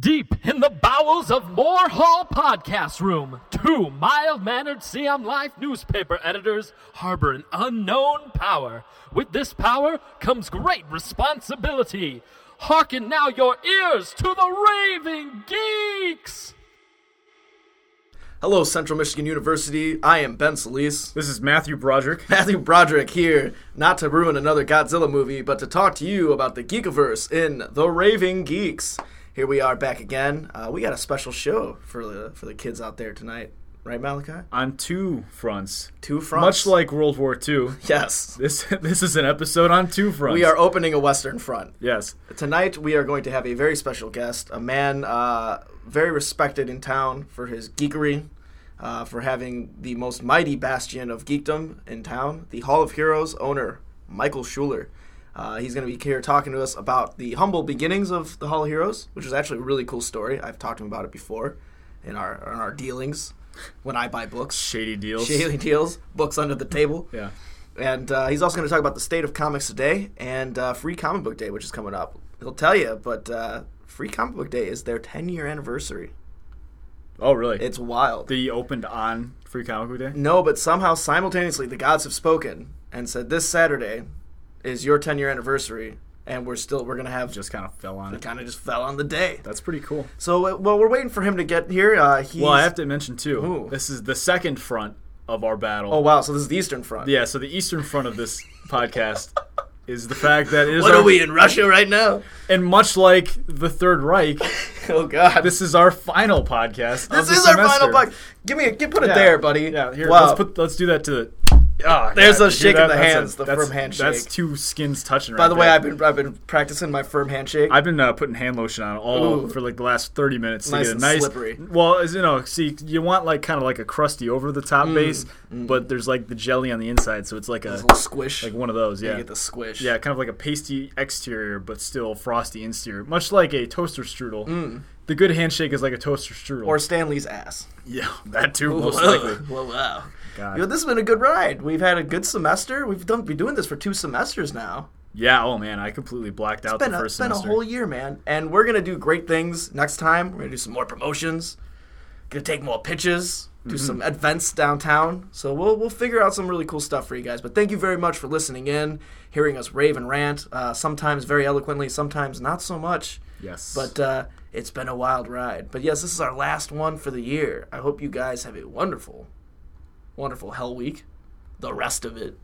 Deep in the bowels of Moore Hall Podcast Room, two mild mannered Siam Life newspaper editors harbor an unknown power. With this power comes great responsibility. Hearken now your ears to the Raving Geeks! Hello, Central Michigan University. I am Ben Solis. This is Matthew Broderick. Matthew Broderick here, not to ruin another Godzilla movie, but to talk to you about the Geekiverse in The Raving Geeks. Here we are back again. Uh, we got a special show for the for the kids out there tonight, right, Malachi? On two fronts. Two fronts. Much like World War II, yes, this this is an episode on two fronts. we are opening a Western front. Yes. Tonight we are going to have a very special guest, a man uh, very respected in town for his geekery, uh, for having the most mighty bastion of geekdom in town, the Hall of Heroes owner, Michael Schuler. Uh, he's going to be here talking to us about the humble beginnings of the Hall of Heroes, which is actually a really cool story. I've talked to him about it before in our in our dealings when I buy books, Shady deals. daily deals, books under the table. Yeah. And uh, he's also going to talk about the state of comics today and uh, Free Comic Book Day, which is coming up. He'll tell you, but uh, Free Comic Book Day is their 10 year anniversary. Oh, really? It's wild. the opened on Free Comic Book Day. no, but somehow simultaneously, the gods have spoken and said, This Saturday is your 10 year anniversary, and we're still, we're going to have just Just kind of fell on it. kind of just fell on the day. That's pretty cool. So, uh, well, we're waiting for him to get here. Uh, he's, Well, I have to mention too. Ooh. This is the second front of our battle. Oh, wow. So, this is the Eastern Front. Yeah. So the eastern front of this podcast is the fact that it is. What our- are we in Russia right now? And much like the Third Reich, Oh, God. this is our final podcast. of This the is our final semester. buck. Give me a, give, put it there, buddy. Yeah, here, Wow. let's put let's do that to the. Ah, There's yeah, a you hear shake of the That's hands, the that's- firm handshake. That's two skins touching. By the way, I've been I've been practicing my firm handshake. I've been uh, putting hand lotion on all Ooh. for like the last thirty minutes to Nice get a and nice. slippery. Well, as you know, see, you want like kind of like a crusty over the Mm, top base, but there's like the jelly on the inside, so it's like There's a a little squish. like one of those. You Yeah, get the squish. yeah, kind of like a pasty exterior, but still frosty interior, much like a toaster strudel. The good handshake is like a toaster strudel. Mm. Or Stanley's ass. yeah, that too, most Whoa, likely. whoa, wow. God. Yo, this has been a good ride. We've had a good semester. We've done been doing this for two semesters now. Yeah. Oh man, I completely blacked out It's been, the a, first it's been a semester. whole year, man. And we're gonna do great things next time. We're gonna do some more promotions. Gonna take more pitches. Do Mm-hmm. some events downtown. So we'll we'll figure out some really cool stuff for you guys. But thank you very much for listening in, hearing us rave and rant. Uh, sometimes very eloquently, sometimes not so much. Yes. But uh, it's been a wild ride. But yes, this is our last one for the year. I hope you guys have a wonderful, wonderful Hell Week. The rest of it.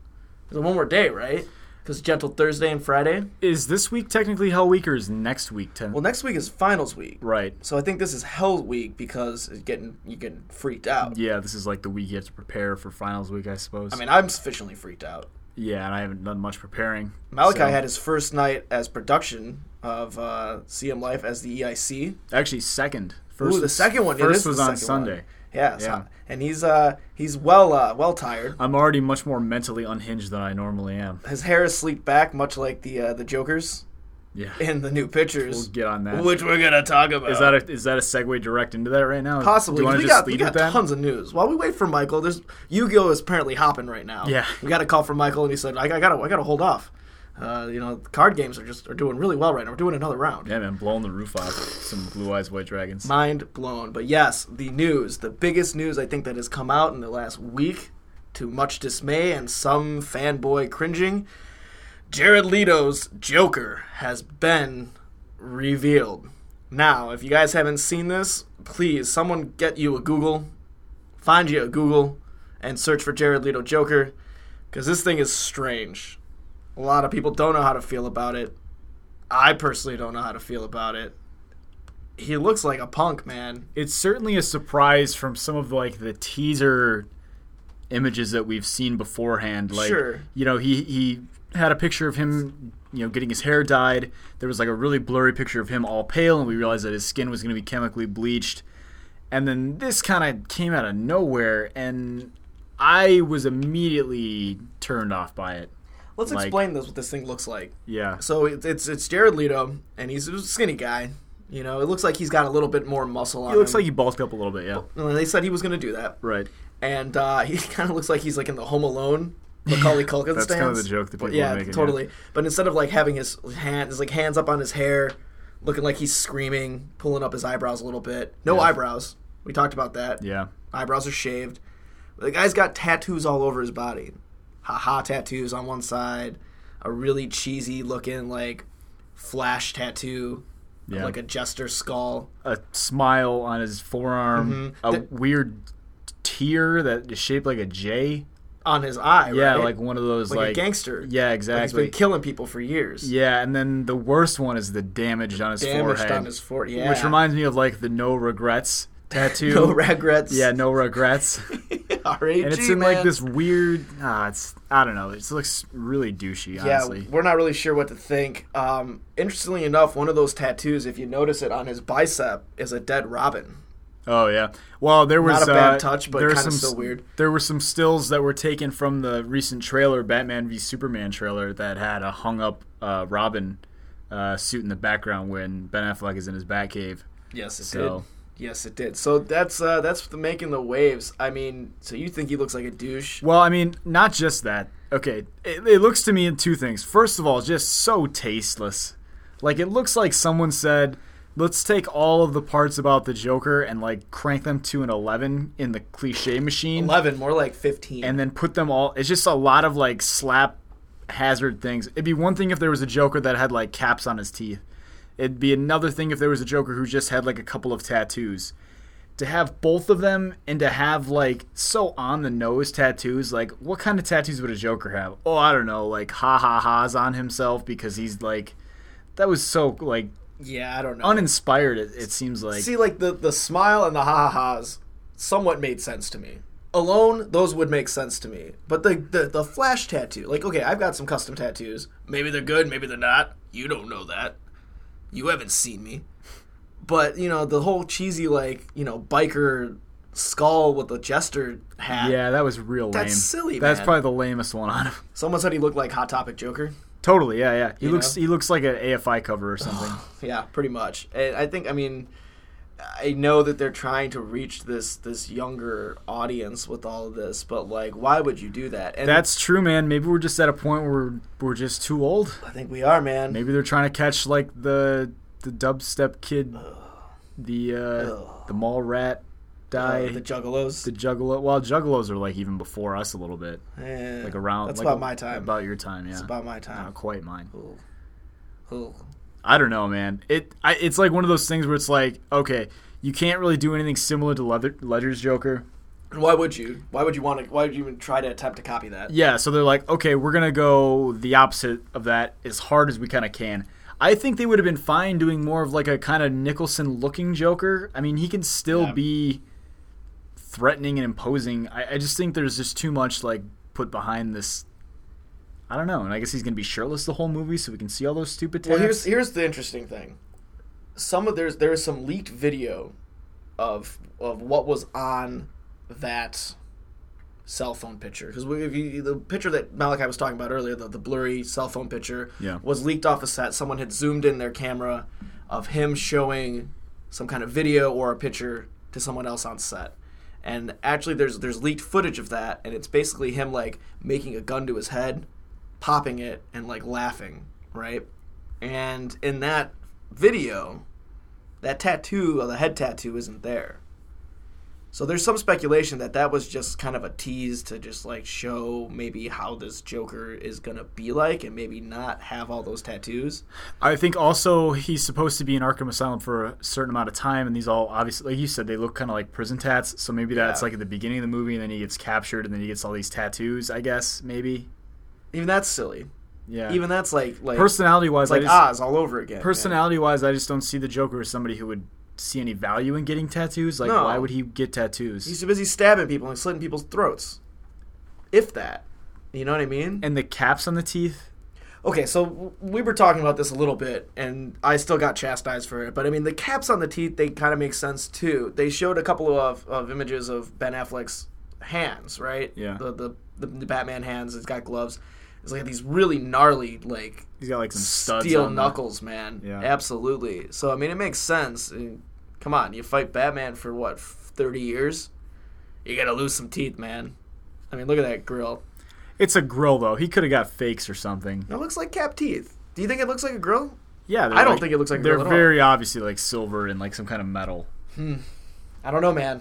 There's one more day, right? Because Gentle Thursday and Friday. Is this week technically Hell Week or is next week? Ten- Well, next week is finals week. right. So I think this is Hell Week because it's getting you're getting freaked out. Yeah, this is like the week you have to prepare for finals week, I suppose. I mean, I'm sufficiently freaked out. yeah, and I haven't done much preparing. Malachi so- had his first night as production of uh, CM Life as the EIC. actually second. First, Ooh, the second one. it First is was the on second one. Sunday. Yeah, so- Yeah. and he's uh, he's well uh, well tired. I'm already much more mentally unhinged than I normally am. His hair is sleeked back, much like the uh, the Joker's Yeah, in the new we'll pictures, get on that. which we're gonna talk about. Is that a, is that a segue direct into that right now? uh, Possibly. Do you 'cause want to we just got, we lead got with that? tons of news. While we wait for Michael, there's Yu-Gi-Oh is apparently hopping right now. Yeah. We got a call from Michael, and he said, "I, I gotta, I gotta hold off." Uh, you know, card games are just are doing really well right now. We're doing another round. Yeah, man, blowing the roof off. Some blue eyes, white dragons. Mind blown. But yes, the news, the biggest news I think that has come out in the last week, to much dismay and some fanboy cringing, Jared Leto's Joker has been revealed. Now, if you guys haven't seen this, please someone get you a Google, find you a Google, and search for Jared Leto Joker, because this thing is strange. A lot of people don't know how to feel about it. I personally don't know how to feel about it he looks like a punk man. it's certainly a surprise from some of like the teaser images that we've seen beforehand like Sure. you know he he had a picture of him you know getting his hair dyed there was like a really blurry picture of him all pale and we realized that his skin was going to be chemically bleached and then this kind of came out of nowhere and i was immediately turned off by it Let's Like- explain this what this thing looks like. yeah So it, it's it's Jared Leto, and he's a skinny guy. You know, it looks like he's got a little bit more muscle on it looks him. like he bulked up a little bit yeah And they said he was going to do that, right and uh, he kind of looks like he's like in the Home Alone. Macaulay Culkin That's stands. kinda the joke that But people are yeah, making, yeah. totally. But instead of like having his hands, like hands up on his hair, looking like he's screaming, pulling up his eyebrows a little bit. No Yeah. eyebrows. We talked about that. Yeah. Eyebrows are shaved. The guy's got tattoos all over his body. Haha tattoos on one side, a really cheesy looking like flash tattoo, of, Yeah. like a jester skull. A smile on his forearm, a Th- weird tear that is shaped like a J. on his eye. Yeah, right? like one of those Like like, a gangster. Yeah, Like he's exactly. been killing people for years. yeah, and then the worst one is the damaged on his damaged forehead, on his forehead. Yeah. which reminds me of like the no regrets tattoo. no regrets. Yeah, no regrets. R.A.G. and it's in man. like this weird. Ah, it's I don't know. It just looks really douchey. Yeah, Honestly. we're not really sure what to think. Um, interestingly enough, one of those tattoos, if you notice it on his bicep, is a dead robin. Oh yeah. Well, there was Not a bad uh, touch, but there were kinda some still s- weird. There were some stills that were taken from the recent trailer, Batman v Superman trailer, that had a hung up uh, Robin uh, suit in the background when Ben Affleck is in his Batcave. Yes, it So- did. Yes, it did. So that's uh, that's the making the waves. I mean, so you think he looks like a douche? Well, I mean, not just that. Okay, it, it looks to me in two things. First of all, just so tasteless. Like it looks like someone said, "Let's take all of the parts about the Joker and like crank them to an eleven in the cliche machine." Eleven, more like fifteen. and then put them all. It's just a lot of like slap hazard things. It'd be one thing if there was a Joker that had like caps on his teeth. It'd be another thing if there was a Joker who just had like a couple of tattoos. To have both of them and to have like so on the nose tattoos, like what kind of tattoos would a Joker have? Oh, I don't know, like ha ha ha's on himself because he's like that was so like yeah, I don't know. uninspired. It, it seems like See, like the the smile and the ha ha ha's somewhat made sense to me. Alone, those would make sense to me. But the, the the flash tattoo, like, okay, I've got some custom tattoos. Maybe they're good, maybe they're not. You don't know that. You haven't seen me. But you know the whole cheesy like you know biker skull with the jester hat. yeah, that was real lame. That's silly, That's man. probably the lamest one on him. Someone said he looked like Hot Topic Joker. Totally, yeah, yeah. He You looks know? he looks like an AFI cover or something. Yeah, pretty much. And I think I mean I know that they're trying to reach this this younger audience with all of this, but like why would you do that? And That's true, man. Maybe we're just at a point where we're, we're just too old. I think we are, man. Maybe they're trying to catch like the the dubstep kid, the uh, Ugh. the mall rat guy, Uh, the the, juggalos. juggalo. Well, juggalos are like even before us a little bit, Eh, like around. That's like, about my time. About your time, yeah. That's about my time. Not quite mine. Ooh. Ooh. I don't know, man. It I, it's like one of those things where it's like, okay, you can't really do anything similar to Leather, Ledger's Joker. And Why would you? Why would you want to? Why would you even try to attempt to copy that? Yeah, so they're like, okay, we're gonna go the opposite of that as hard as we kind of can. I think they would have been fine doing more of like a kind of Nicholson looking Joker. I mean, he can still Yeah. be threatening and imposing. I, I just think there's just too much like put behind this. I don't know, and I guess he's gonna be shirtless the whole movie, so we can see all those stupid. Tabs. Well, here's here's the interesting thing. Some of there's there is some leaked video of of what was on that cell phone picture because if you, the picture that Malachi was talking about earlier, the, the blurry cell phone picture, Yeah. was leaked off a set. Someone had zoomed in their camera of him showing some kind of video or a picture to someone else on set. And actually, there's there's leaked footage of that, and it's basically him like making a gun to his head, popping it, and like laughing, right? And in that video, that tattoo, the head tattoo, isn't there. So there's some speculation that that was just kind of a tease to just like show maybe how this Joker is gonna be like, and maybe not have all those tattoos. I think also he's supposed to be in Arkham Asylum for a certain amount of time, and these all obviously, like you said, they look kind of like prison tats. So maybe that's Yeah. like at the beginning of the movie, and then he gets captured, and then he gets all these tattoos. I guess maybe. Even that's silly. Yeah. Even that's like like personality wise, it's like ah, I just, Oz all over again. man. personality wise, I just don't see the Joker as somebody who would see any value in getting tattoos. Like, No. why would he get tattoos? He's too busy stabbing people and slitting people's throats. If that, you know what I mean? and the caps on the teeth. Okay, so w- we were talking about this a little bit, and I still got chastised for it. But I mean, the caps on the teeth they kind of make sense too. They showed a couple of, of images of Ben Affleck's hands, right? Yeah. The the, the, the Batman hands. It's got gloves. It's like these really gnarly like He's got like some studs. steel on the- knuckles, man. Yeah. Absolutely. So I mean, it makes sense. And come on, you fight Batman for what f- thirty years? You gotta lose some teeth, man. I mean, look at that grill. It's a grill though. He could have got fakes or something. It looks like cap teeth. Do you think it looks like a grill? Yeah, they're I don't like- think it looks like a they're girl at all. very obviously like silver and like some kind of metal. I don't know, man.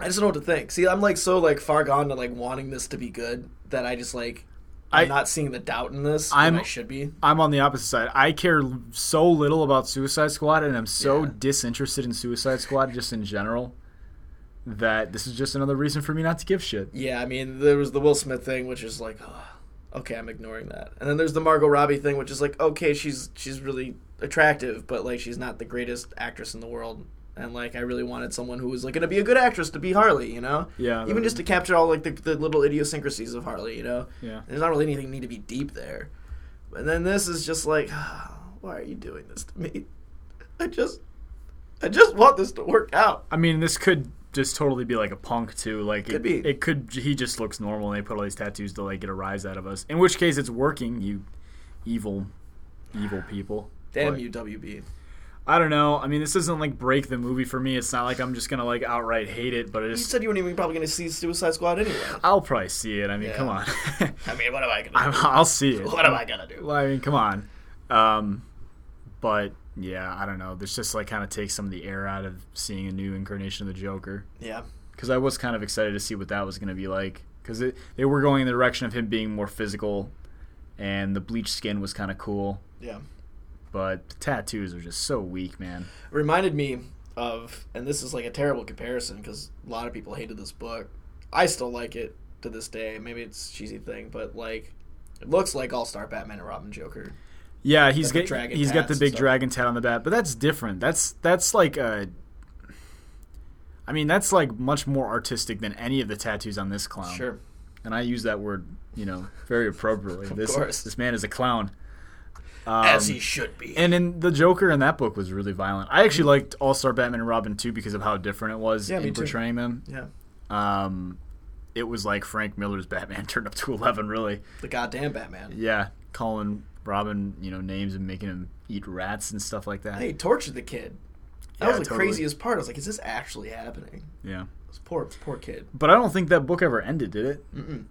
I just don't know what to think. See, I'm like so like far gone to like wanting this to be good that I just like I'm I- not seeing the doubt in this. I'm- when I should be. I'm on the opposite side. I care so little about Suicide Squad, and I'm so Yeah. disinterested in Suicide Squad just in general that this is just another reason for me not to give shit. Yeah, I mean, there was the Will Smith thing, which is like, ugh, okay, I'm ignoring that. And then there's the Margot Robbie thing, which is like, okay, she's she's really attractive, but like she's not the greatest actress in the world. And like, I really wanted someone who was like going to be a good actress to be Harley, you know? Yeah, Even that- just to capture all like the, the little idiosyncrasies of Harley, you know? Yeah. There's not really anything need to be deep there. And then this is just like, why are you doing this to me? I just, I just want this to work out. I mean, this could just totally be like a punk too. Like Could it, be. it could. He just looks normal, and they put all these tattoos to like get a rise out of us. In which case, it's working. You evil, evil people. Damn But- you, WB. I don't know. I mean, this doesn't like break the movie for me. It's not like I'm just gonna like outright hate it, but You it's. said you weren't even probably going to see Suicide Squad anyway. I'll probably see it. I mean, Yeah. come on. I mean, what am I going to I'm, I'll see it. What am I gonna do? Well, I mean, come on. Um, but yeah, I don't know. This just like kind of takes some of the air out of seeing a new incarnation of the Joker. Yeah. because I was kind of excited to see what that was going to be like. Because they were going in the direction of him being more physical, and the bleached skin was kind of cool, Yeah. but the tattoos are just so weak, man. Reminded me of, and this is like a terrible comparison because a lot of people hated this book. I still like it to this day. Maybe it's a cheesy thing, but like, it looks like All Star Batman and Robin Joker. Yeah, he's Like the got dragon he's got tats the and big stuff. dragon tat on the bat, but that's different. That's that's like a. I mean, that's like much more artistic than any of the tattoos on this clown. Sure. and I use that word, you know, very appropriately. this course. this man is a clown. Um, As he should be. And in the Joker in that book was really violent. I actually liked All Star Batman and Robin too because of how different it was Yeah, me in too. portraying them. yeah. Um, it was like Frank Miller's Batman turned up to eleven, really. The goddamn Batman. Yeah, calling Robin, you know, names and making him eat rats and stuff like that. They tortured the kid. That Yeah, was the totally. craziest part. I was like, is this actually happening? Yeah, This poor, poor kid. but I don't think that book ever ended, did it? It's an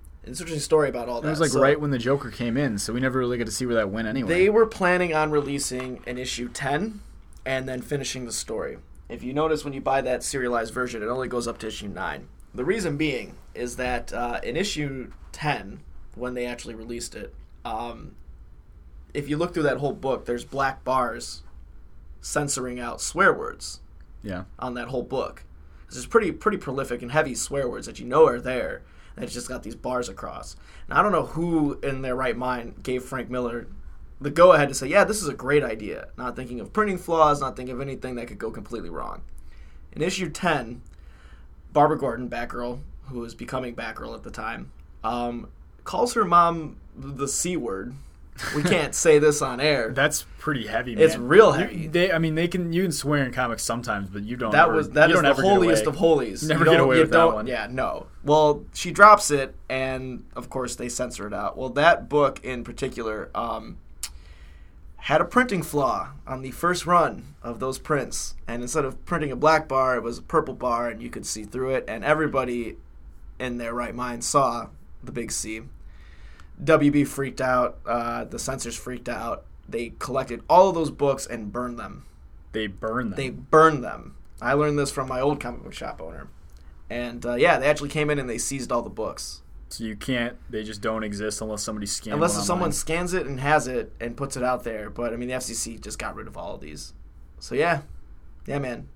interesting story about all that. It was like So- right when the Joker came in, so we never really got to see where that went anyway. They were planning on releasing an issue 10 and then finishing the story. If you notice, when you buy that serialized version, it only goes up to issue 9. The reason being is that uh, in issue 10, when they actually released it, um, if you look through that whole book, there's black bars censoring out swear words yeah, on that whole book. It's pretty pretty prolific and heavy swear words that you know are there. And it's just got these bars across. And I don't know who in their right mind gave Frank Miller the go ahead to say, yeah, this is a great idea. Not thinking of printing flaws, not thinking of anything that could go completely wrong. In issue 10, Barbara Gordon, Batgirl, who was becoming Batgirl at the time, um, calls her mom the C word. We can't say this on air. that's pretty heavy. Man. It's real heavy. You- They, I mean, they can you can swear in comics sometimes, but you don't. That ever- was that you is don't the ever get away. holiest of holies. Never You get don't- away you with that don't- one. Yeah, no. Well, she drops it, and of course they censor it out. Well, that book in particular um, had a printing flaw on the first run of those prints, and instead of printing a black bar, it was a purple bar, and you could see through it. And everybody in their right mind saw the big C. WB freaked out. Uh, the censors freaked out. They collected all of those books and burned them They burn them. they burned them. I learned this from my old comic book shop owner. And uh, yeah, they actually came in and they seized all the books. So you can't. They just don't exist unless somebody scans. Unless one if someone online. scans it and has it and puts it out there. But I mean, the FCC just got rid of all of these. So yeah, yeah, man.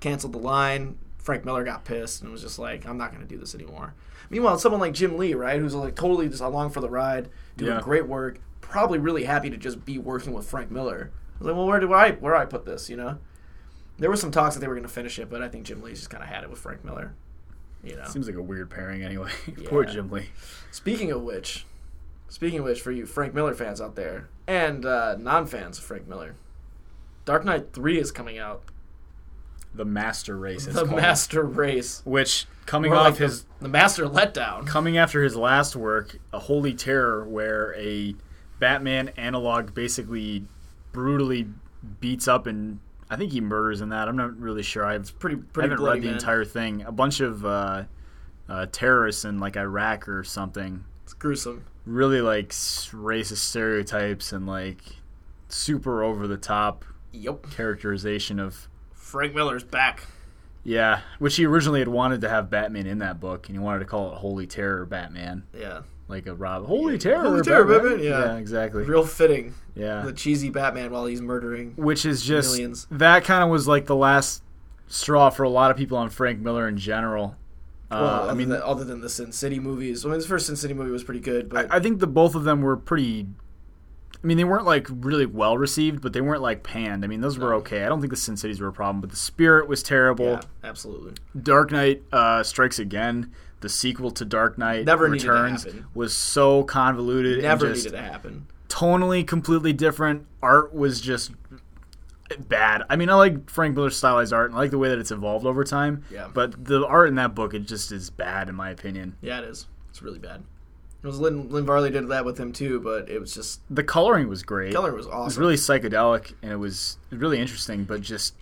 Canceled the line. Frank Miller got pissed and was just like, I'm not going to do this anymore. Meanwhile, someone like Jim Lee, right, who's like totally just along for the ride, doing Yeah. great work, probably really happy to just be working with Frank Miller. I was like, well, where do I where do I put this? You know, there were some talks that they were going to finish it, but I think Jim Lee's just kind of had it with Frank Miller. You know, seems like a weird pairing anyway. Poor Jim Lee. Speaking of which, speaking of which, for you Frank Miller fans out there and uh, non-fans of Frank Miller, Dark Knight Three is coming out. The master race. It's the called. Master Race, Which coming More off like his his the Master Letdown. coming after his last work, a Holy Terror, where a Batman analog basically brutally beats up and I think he murders in that. I'm not really sure. I've Pretty pretty haven't bloody read the man. entire thing. A bunch of uh, uh, terrorists in like Iraq or something It's gruesome. really like s- racist stereotypes and like super over the top Yep. characterization of Frank Miller's back. yeah, which he originally had wanted to have Batman in that book, and he wanted to call it Holy Terror Batman, Yeah. like a Rob Holy Terror, Holy Terror Batman, yeah. exactly, Real fitting. yeah. The cheesy Batman while he's murdering. which is just Millions. that kind of was like the last straw for a lot of people on Frank Miller in general. Well, uh, I other mean, than, other than the Sin City movies. I mean, the first Sin City movie was pretty good, but I think the both of them were pretty. I mean, they weren't like really well received, but they weren't like panned. I mean, those were okay. I don't think the Sin Cities were a problem, but the Spirit was terrible. yeah, absolutely. Dark Knight uh, Strikes Again, the sequel to Dark Knight Never needed to Returns, happen. was so convoluted. and Never just needed to happen. tonally completely different. Art was just bad. I mean, I like Frank Miller's stylized art and I like the way that it's evolved over time. Yeah. But the art in that book, it just is bad in my opinion. Yeah, it is. It's really bad. It was Lynn, Lynn Varley did that with him too, but it was just The coloring was great. Keller was It was awesome. really psychedelic and it was really interesting, but just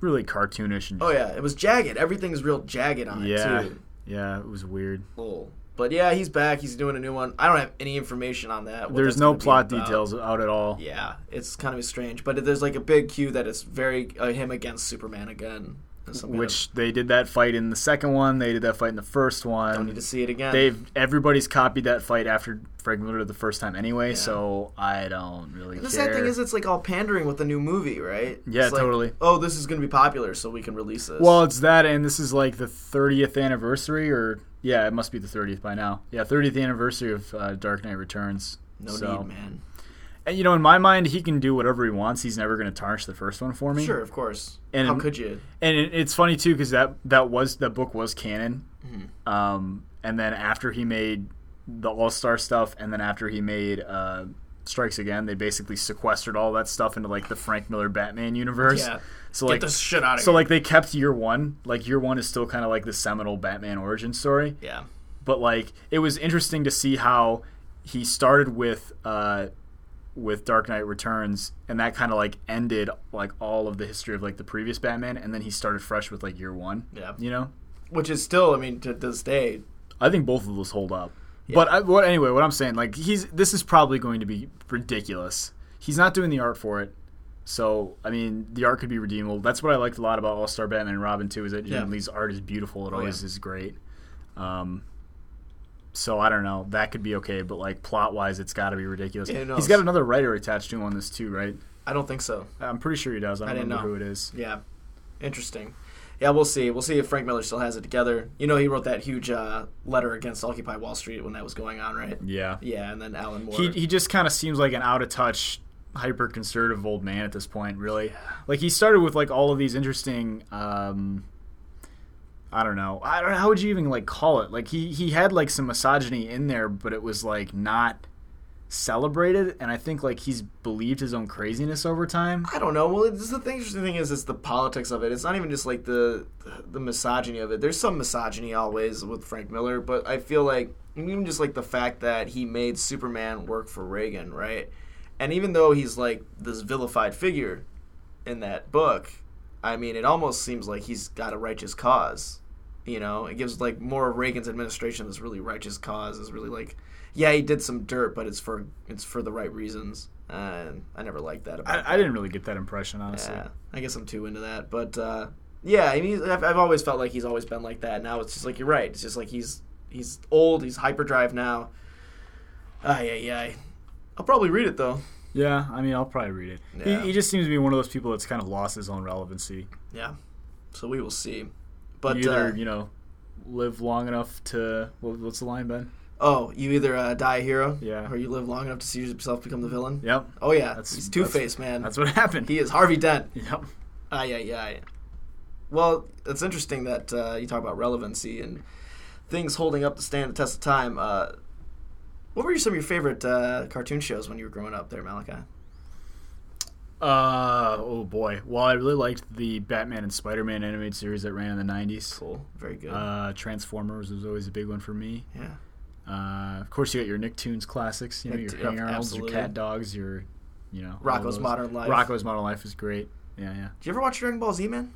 really cartoonish and oh yeah, it was jagged. Everything's real jagged on yeah, it too. yeah, it was weird. Cool. But yeah, he's back. He's doing a new one. I don't have any information on that. what There's that's no gonna be plot about. details out at all. Yeah, it's kind of strange, but there's like a big cue that it's very uh, him against Superman again. There's some kind Which they did that fight in the second one. They did that fight in the first one. of- I need to see it again. They've everybody's copied that fight after Frank Miller the first time anyway, so I don't really the care. sad thing is, it's like all pandering with the new movie, right? Yeah, It's like, totally. Oh, this is going to be popular, so we can release this. well, it's that, and this is like the 30th anniversary, or yeah, it must be the 30th by now. Yeah, 30th anniversary of uh, Dark Knight Returns. no So- need, man. And you know, in my mind, he can do whatever he wants. He's never going to tarnish the first one for me. Sure, of course. And- How could you? and it, it's funny too because that that was that book was canon Mm-hmm. um and then after he made the all-star stuff and then after he made uh strikes again they basically sequestered all that stuff into like the frank miller batman universe Yeah. so like Get this shit out of so here. like they kept year one like year one is still kind of like the seminal batman origin story yeah, but like it was interesting to see how he started with uh with Dark Knight Returns and that kind of like ended like all of the history of like the previous Batman and then he started fresh with like year 1. Yeah. You know? which is still, I mean, to this day, I think both of those hold up. But I, what anyway, what I'm saying like he's this is probably going to be ridiculous. He's not doing the art for it. So, I mean, the art could be redeemable. That's what I liked a lot about All-Star Batman and Robin too is that Jim Yeah. Oh, Lee's art is beautiful. It always yeah. is great. Um so I don't know. That could be okay, but like plot wise, it's got to be ridiculous. Yeah, who He's knows? got another writer attached to him on this too, right? I don't think so. I'm pretty sure he does. I don't didn't remember who know. it is. Yeah, interesting. Yeah, we'll see. We'll see if Frank Miller still has it together. You know, he wrote that huge uh, letter against Occupy Wall Street when that was going on, right? Yeah. Yeah, and then Alan Moore. He he just kind of seems like an out of touch, hyper conservative old man at this point. Really, like he started with like all of these interesting. Um, I don't know. I don't know how would you even like call it. Like he he had like some misogyny in there, but it was like not celebrated. And I think like he's believed his own craziness over time. I don't know. Well, it's, the thing, interesting thing is, it's the politics of it. It's not even just like the the misogyny of it. There's some misogyny always with Frank Miller, but I feel like even just like the fact that he made Superman work for Reagan, right? And even though he's like this vilified figure in that book, I mean, it almost seems like he's got a righteous cause. You know, it gives like more of Reagan's administration this really righteous cause is really like, yeah, he did some dirt, but it's for it's for the right reasons. And I never liked that about. I, I didn't really get that impression honestly. Yeah, I guess I'm too into that, but uh, yeah, I mean, he's- I've, I've always felt like he's always been like that. Now it's just like you're right. It's just like he's he's old. He's hyperdrive now. Ay ay ay. I'll probably read it though. Yeah, I mean, I'll probably read it. Yeah. He, he just seems to be one of those people that's kind of lost his own relevancy. Yeah. So we will see. But you either uh, you know live long enough to what, what's the line, Ben? oh, you either uh, die a hero, Yeah. or you live long enough to see yourself become the villain. Yep, Oh yeah, That's- he's Two that's- Face man. that's what happened. he is Harvey Dent. yep. Ay, ay, ay. Well, it's interesting that uh, you talk about relevancy and things holding up to stand the test of time. Uh, what were some of your favorite uh, cartoon shows when you were growing up there, Malachi? Uh oh boy. Well, I really liked the Batman and Spider-Man animated series that ran in the '90s. Cool. Very good. Uh, Transformers was always a big one for me. yeah. Uh, of course, you got your Nicktoons classics. You know Nicktoons, your Hey Arnolds, absolutely. your Cat Dogs, your you know all Rocko's those. Modern Life. Rocko's Modern Life is great. Yeah, yeah. Did you ever watch Dragon Ball Z, man?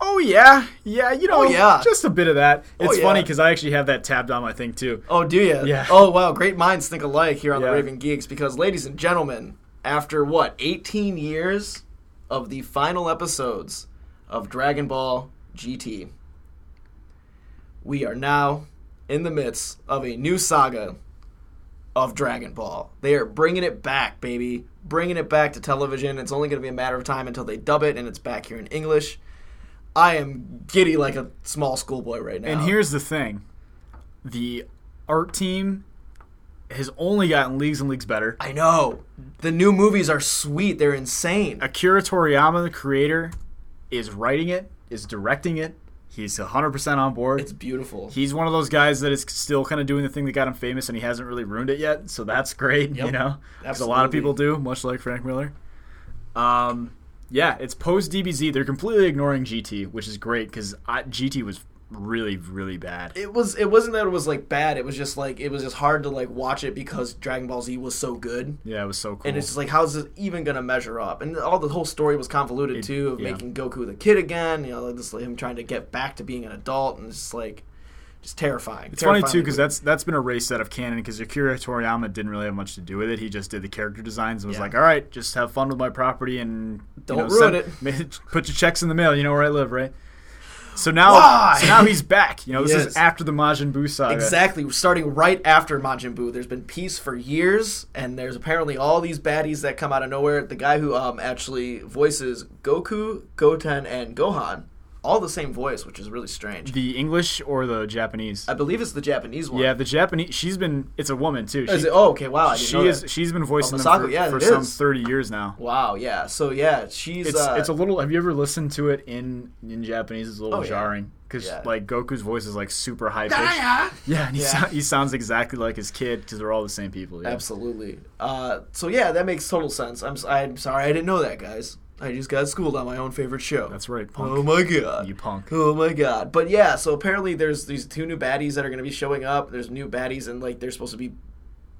Oh yeah, yeah. You know, Oh, yeah. just a bit of that. Oh, It's yeah. funny because I actually have that tabbed on my thing too. Oh, do you? Yeah. Oh, wow. Great minds think alike here on Yeah. the Raven Geeks because, ladies and gentlemen, after what 18 years of the final episodes of Dragon Ball GT. We are now in the midst of a new saga of Dragon Ball. They are bringing it back, baby. Bringing it back to television. It's only going to be a matter of time until they dub it and it's back here in English. I am giddy like a small schoolboy right now. And here's the thing the art team has only gotten leagues and leagues better. I know. The new movies are sweet. They're insane. Akira Toriyama, the creator, is writing it, is directing it. He's 100% on board. It's beautiful. He's one of those guys that is still kind of doing the thing that got him famous, and he hasn't really ruined it yet. So that's great, you Yep. know, because a lot of Absolutely. people do, much like Frank Miller. Um, yeah, it's post DBZ. They're completely ignoring GT, which is great because GT was really, really bad. It was it wasn't that it was like bad, it was just like it was just hard to like watch it because Dragon Ball Z was so good. Yeah, it was so cool. And it's just like, how's this even gonna measure up? And all the whole story was convoluted too, of yeah. making Goku the kid again. You know, like this, like him trying to get back to being an adult, and it's just like, just terrifying. It's funny too because that's that's been erased out of canon because Akira Toriyama didn't really have much to do with it. He just did the character designs and was Yeah. like, "All right, just have fun with my property and you Don't know, ruin it. Put your checks in the mail. You know where I live, right?" So now, Why? so now he's back. You know, this Yes. is after the Majin Buu saga. exactly We're starting right after Majin Buu. There's been peace for years, and there's apparently all these baddies that come out of nowhere. The guy who um actually voices Goku, Goten, and Gohan, all the same voice, which is really strange. The English or the Japanese? I believe it's the Japanese one. yeah, the Japanese. She's been. It's a woman too. She, Is it- oh, okay. Wow. I didn't she know is. that. She's been voicing Oh, them for, Masako, yeah, for it some is. thirty years now. Wow. Yeah. So yeah, she's. It's, uh, it's a little. Have you ever listened to it in in Japanese? It's a little Oh, yeah. jarring because Yeah. like Goku's voice is like super high pitched. Yeah, and he, Yeah. sou- he sounds exactly like his kid because they're all the same people. Yeah. Absolutely. Uh, so yeah, that makes total sense. I'm s- I'm sorry I didn't know that, guys. I just got schooled on my own favorite show. That's right, punk. Oh my god. You punk. Oh my god. But yeah, so apparently there's these two new baddies that are going to be showing up. There's new baddies and like they're supposed to be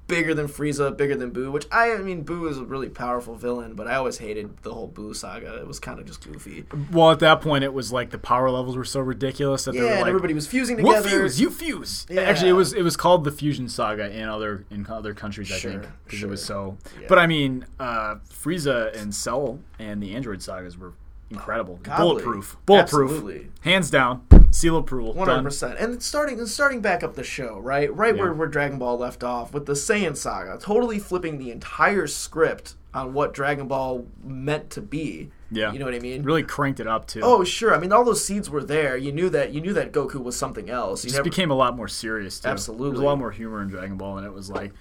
bigger than Frieza, bigger than Boo, which I, I mean Boo is a really powerful villain, but I always hated the whole Boo saga. It was kind of just goofy. Well, at that point, it was like the power levels were so ridiculous that Yeah, they were and like, everybody was fusing "We'll together. fuse, you fuse." Yeah. Actually, it was it was called the Fusion Saga in other in other countries, I Sure, think, because it was so. Yeah. But I mean, uh, Frieza and Cell and the Android sagas were incredible, Godly. bulletproof, bulletproof, Absolutely. hands down, seal of approval. One hundred Done. percent. And starting and starting back up the show, right, right where, where Dragon Ball left off with the Saiyan saga, totally flipping the entire script on what Dragon Ball meant to be. Yeah. you know what I mean. Really cranked it up too. Oh sure, I mean all those seeds were there. You knew that. You knew that Goku was something else. You It just never, became a lot more serious. Too. There's Absolutely. a lot more humor in Dragon Ball, and it was like,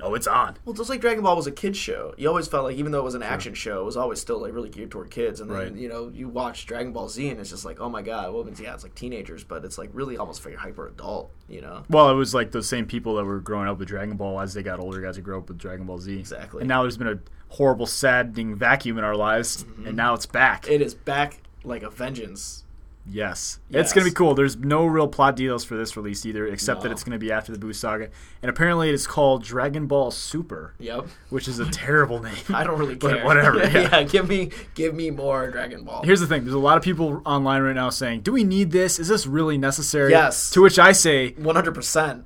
"No, it's on." well, just like Dragon Ball was a kids show. You always felt like even though it was an action show, it was always still like really geared toward kids. And then Right. you know you watch Dragon Ball Z, and it's just like oh my god, well it's, yeah, it's like teenagers, but it's like really almost for your hyper adult. You know. Well, it was like those same people that were growing up with Dragon Ball as they got older, got to grow up with Dragon Ball Z. Exactly. And now there's been a horrible, saddening vacuum in our lives, Mm-hmm. and now it's back. It is back like a vengeance. yes. Yes. It's going to be cool. There's no real plot details for this release either, except that No. it's going to be after the Boo Saga. And apparently it's called Dragon Ball Super, Yep. which is a terrible name. I don't really But care. whatever, yeah. yeah. give me give me more Dragon Ball. Here's the thing. There's a lot of people online right now saying, "Do we need this? Is this really necessary?" Yes. To which I say, One hundred percent.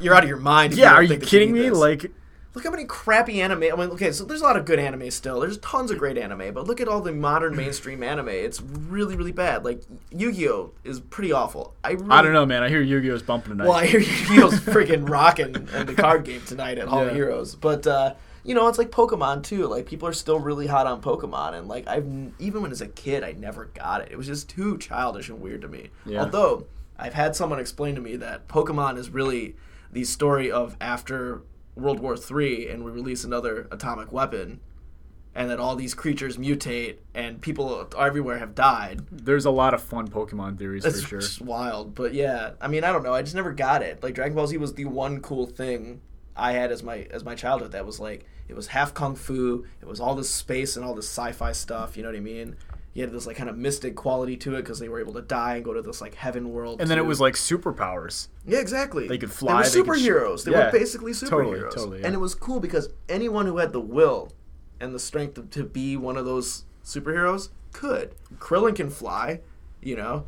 You're out of your mind. if "Yeah, don't are you think that kidding need me? this. Like, look how many crappy anime. I mean, okay, so there's a lot of good anime still. There's tons of great anime, but look at all the modern mainstream anime. It's really, really bad. Like Yu-Gi-Oh is pretty awful. I really, I don't know, man. I hear Yu-Gi-Oh's bumping tonight. Well, I hear Yu-Gi-Oh's freaking rocking in the card game tonight at Hall Yeah. of Heroes, but uh, you know it's like Pokemon too. Like people are still really hot on Pokemon, and like I've n- even when as a kid, I never got it. It was just too childish and weird to me. Yeah. Although I've had someone explain to me that Pokemon is really the story of after World War III, and we release another atomic weapon. And that all these creatures mutate, and people everywhere have died. There's a lot of fun Pokemon theories It's for sure. just wild, but yeah. I mean, I don't know. I just never got it. Like Dragon Ball Z was the one cool thing I had as my as my childhood that was like it was half kung fu. It was all this space and all this sci-fi stuff. You know what I mean? You had this like kind of mystic quality to it because they were able to die and go to this like heaven world. And then it too. was like superpowers. yeah, exactly. They could fly, They they were could shoot. superheroes. They Yeah. were basically superheroes. Totally, totally, yeah. And it was cool because anyone who had the will and the strength to, to be one of those superheroes could. Krillin can fly. You know,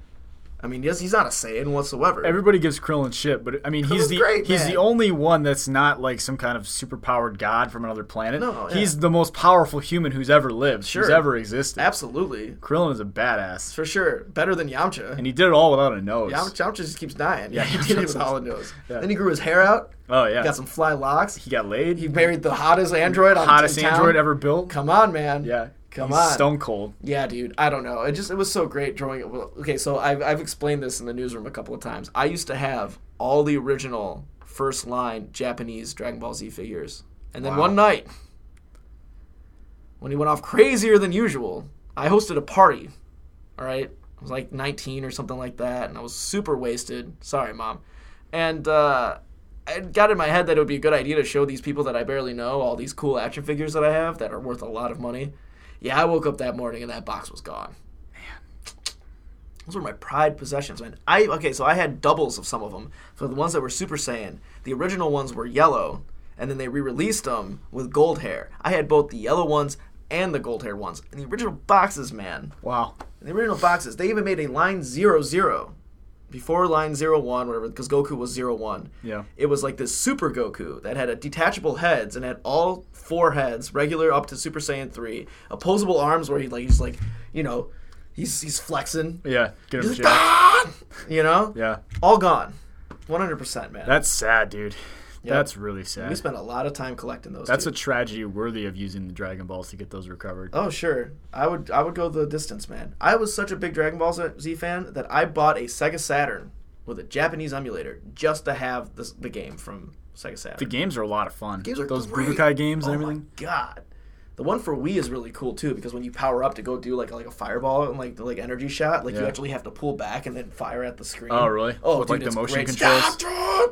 I mean, yes, he's not a Saiyan whatsoever. Everybody gives Krillin shit, but I mean, he's Krillin's the great, he's man. the only one that's not like some kind of superpowered god from another planet. No, yeah. he's the most powerful human who's ever lived, Sure. who's ever existed. Absolutely, Krillin is a badass, for sure, better than Yamcha. and he did it all without a nose. Yam- Yamcha just keeps dying. Yeah, he Yamcha did it with was- all it knows. yeah. Then he grew his hair out. oh yeah, He got some fly locks. He He, got laid. married the hottest android. on hottest in town. android ever built. Come on, man. yeah, Come he's on. Stone cold. Yeah, dude. I don't know. It just it was so great drawing it. well, Okay, so I've I've explained this in the newsroom a couple of times. I used to have all the original first line Japanese Dragon Ball Z figures, and then one night when he went off crazier than usual, I hosted a party. All right, I was like 19 or something like that, and I was super wasted. Sorry, mom. And uh, it got in my head that it would be a good idea to show these people that I barely know all these cool action figures that I have that are worth a lot of money. Yeah, I woke up that morning and that box was gone. Man, those were my pride possessions, man. I okay, so I had doubles of some of them. So the ones that were Super Saiyan, the original ones were yellow, and then they re-released them with gold hair. I had both the yellow ones and the gold hair ones. And the original boxes, man. Wow. In the original boxes, they even made a line zero zero before line zero one, whatever, because Goku was zero one. Yeah. It was like this Super Goku that had a detachable heads and had all four heads, regular up to Super Saiyan three, opposable arms where he like he's like, you know, he's he's flexing, Yeah, get him He's like, "Ah!" jacked. you know, Yeah, all gone, one hundred percent, man. that's sad, dude. That's really we sad. spent a lot of time collecting those. That's a dude. tragedy worthy of using the Dragon Balls to get those recovered. Oh sure, I would I would go the distance, man. I was such a big Dragon Ball Z fan that I bought a Sega Saturn with a Japanese emulator just to have the, the game from Sega Saturn. The games are a lot of fun. games are those great. Budokai games and oh everything. my god, the one for Wii is really cool too because when you power up to go do like like a fireball and like the like energy shot, like you Yeah. actually have to pull back and then fire at the screen. Oh, really? Oh, With, dude, like, the it's motion great. controls? Stop,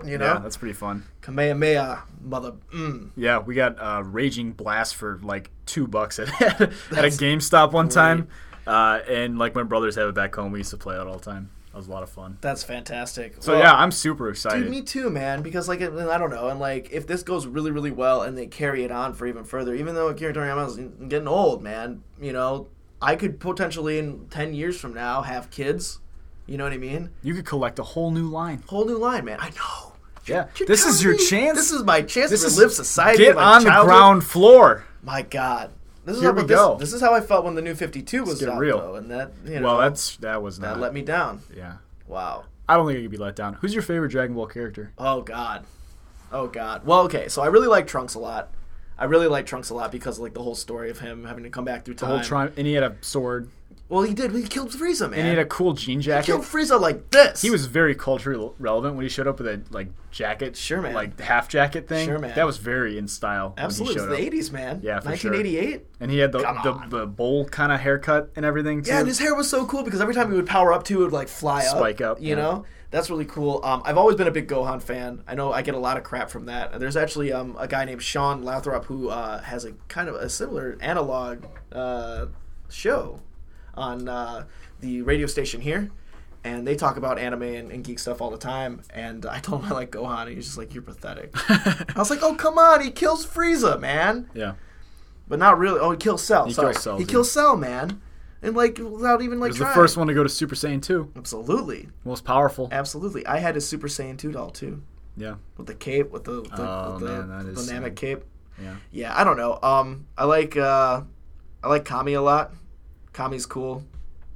dude! You know, Yeah, that's pretty fun. Kamehameha, mother. Mm. Yeah, we got uh, Raging Blast for like two bucks at at a GameStop one time, uh, and like my brothers have it back home. We used to play it all the time. That was a lot of fun. That's fantastic. So yeah, I'm super excited. Dude, me too, man. Because like, it- I don't know, and like, if this goes really, really well, and they carry it on for even further, even though Akira Toriyama's getting old, man, you know, I could potentially in ten years from now have kids. You know what I mean? you could collect a whole new line. Whole new line, man. I know. Yeah, You're this is telling your me- chance. This is my chance This to is- live society. get my on the childhood. ground floor. My God, this is Here how, we this, go. This is how I felt when the new Fifty Two was get out, real. though, and that you know Well, that's that was that not. let me down. yeah, Wow. I don't think I could be let down. Who's your favorite Dragon Ball character? Oh God. Oh God. Well, okay. So I really like Trunks a lot. I really like Trunks a lot because like the whole story of him having to come back through The time. whole tri- and he had a sword. well, he did. He killed Frieza, man. And he had a cool jean killed jacket. Frieza like this. He was very culturally relevant when he showed up with a like jacket, Sure, man. like half jacket thing. Sure, man. That was very in style. when he absolutely it showed was up. the '80s, man. Yeah, for sure. 1988. And he had the Come the, on. the bowl kind of haircut and everything. Too. Yeah, and his hair was so cool because every time he would power up to, it would like fly up. Spike up, You yeah. know, that's really cool. Um, I've always been a big Gohan fan. I know I get a lot of crap from that. There's actually um, a guy named Sean Lathrop who uh, has a kind of a similar analog uh, show on uh, the radio station here. And they talk about anime and, and geek stuff all the time. And I told him I like Gohan, and he's just like, "You're pathetic." I was like, "Oh come on, he kills Frieza, man." yeah. But not really. Oh, he kills Cell. He kills Cell, He dude. kills Cell, man. And like without even like He was the trying. first one to go to Super Saiyan 2. Absolutely, Most powerful. absolutely. I had a Super Saiyan two doll too, Yeah. with the cape, with the, with the, Oh, with the man, that is dynamic sad. cape. Yeah. Yeah, I don't know. Um, I like uh, I like Kami a lot. Kami's cool.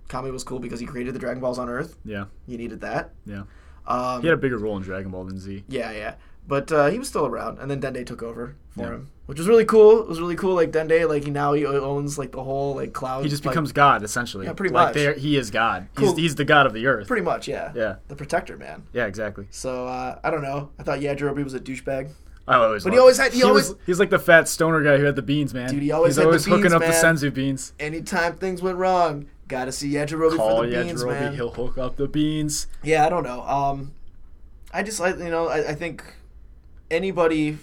Kami was cool because he created the Dragon Balls on Earth. Yeah. You needed that. Yeah. Um, He had a bigger role in Dragon Ball than Z. Yeah, yeah. But uh, he was still around, and then Dende took over for Yeah. him, which was really cool. It was really cool. Like Dende, like he now he owns like the whole like cloud. He just like, becomes God, essentially. Yeah, pretty like, much. they are- He is God. Cool. He's, he's the God of the earth. pretty much, yeah. yeah. The protector, man. Yeah, exactly. So uh, I don't know. I thought Yajirobe was a douchebag. I always But he loved- always had- he was- always- he's like the fat stoner guy who had the beans, man. Dude, he always he's had the always hooking beans, up the man. senzu beans. Anytime things went wrong, gotta see Yajirobe Call for the beans, Yajirobe, man. he'll hook up the beans. Yeah, I don't know. Um, I just like you know I, I think anybody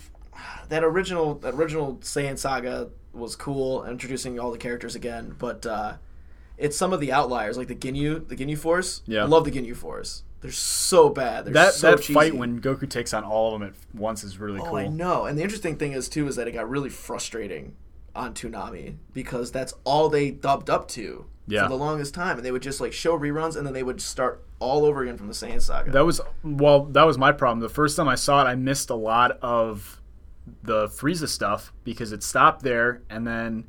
that original that original Saiyan saga was cool, introducing all the characters again, but uh, it's some of the outliers like the Ginyu the Ginyu Force. Yeah. I love the Ginyu Force. They're so bad. They're That so that fight cheesy. when Goku takes on all of them at once is really Oh, cool. I know. And the interesting thing is too is that it got really frustrating on Toonami because that's all they dubbed up to Yeah. for the longest time, and they would just like show reruns, and then they would start all over again from the Saiyan saga. That was well. That was my problem. The first time I saw it, I missed a lot of the Frieza stuff because it stopped there, and then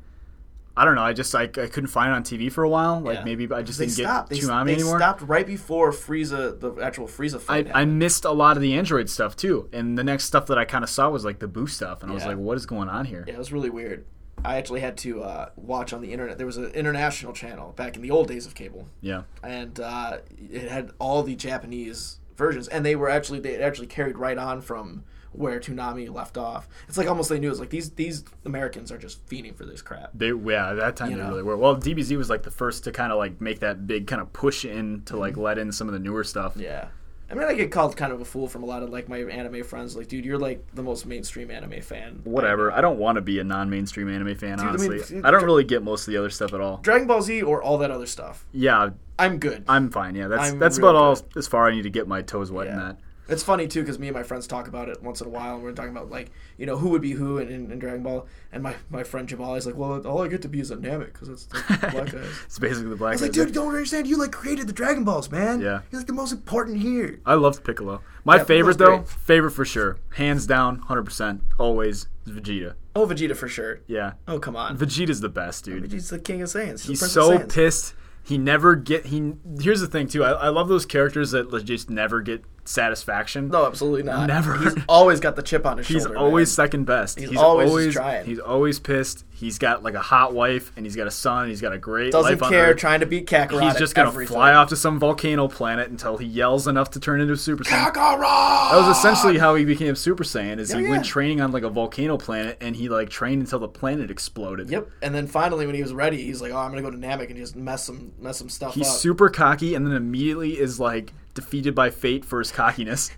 I don't know. I just I, I couldn't find it on TV for a while. Like Yeah. maybe I just they didn't get stopped. They, Toonami they anymore. stopped right before Frieza, the actual Frieza I, fight. I missed a lot of the Android stuff too, and the next stuff that I kind of saw was like the Boo stuff, and I was Yeah. like, "What is going on here?" Yeah, it was really weird. I actually had to uh, watch on the internet. There was an international channel back in the old days of cable, Yeah, and uh, it had all the Japanese versions, and they were actually they actually carried right on from where Toonami left off. It's like almost they knew it's like these these Americans are just fiending for this crap. they yeah at that time You they know. really were. Well, DBZ was like the first to kind of like make that big kind of push in to like let in some of the newer stuff. Mm-hmm. Yeah. I mean, I get called kind of a fool from a lot of like my anime friends. Like, dude, you're like the most mainstream anime fan. whatever. I don't want to be a non-mainstream anime fan, I mean, honestly. I, dude, don't Dra- really get most of the other stuff at all. Dragon Ball Z or all that other stuff. Yeah, I'm good. I'm fine. Yeah, that's I'm that's real about all as far I need to get my toes wet in Yeah. that. It's funny too because me and my friends talk about it once in a while, and we're talking about like you know who would be who in, in, in Dragon Ball, and my, my friend Jabal is like, well, all I get to be is a Namek because it's like black guys. It's basically the black. It's like, Guys. dude, don't understand. You like created the Dragon Balls, man. Yeah. you're like the most important here. I loved Piccolo. My Yeah, favorite though, Piccolo's favorite for sure, hands down, hundred percent, always is Vegeta. Oh, Vegeta for sure. Yeah, Oh, come on. Vegeta's the best, dude. Vegeta's the king of Saiyans. the He's Prince so of Saiyans. pissed. He never get he. Here's the thing too. I, I love those characters that like, just never get satisfaction. No, absolutely not. Never. He's always got the chip on his He's shoulder. always man. second best. He's always trying. He's always pissed. He's got like a hot wife, and he's got a son. He's got a great doesn't life on care, Earth. trying to beat Kakarot. he's at just gonna everything. fly off to some volcano planet until he yells enough to turn into a Super Saiyan. Kakarot. That was essentially how he became Super Saiyan. Is he Yeah, went yeah. training on like a volcano planet, and he like trained until the planet exploded. Yep. And then finally, when he was ready, he's like, "Oh, I'm gonna go to Namek and just mess some mess some stuff He's up." super cocky, and then immediately is like defeated by fate for his cockiness.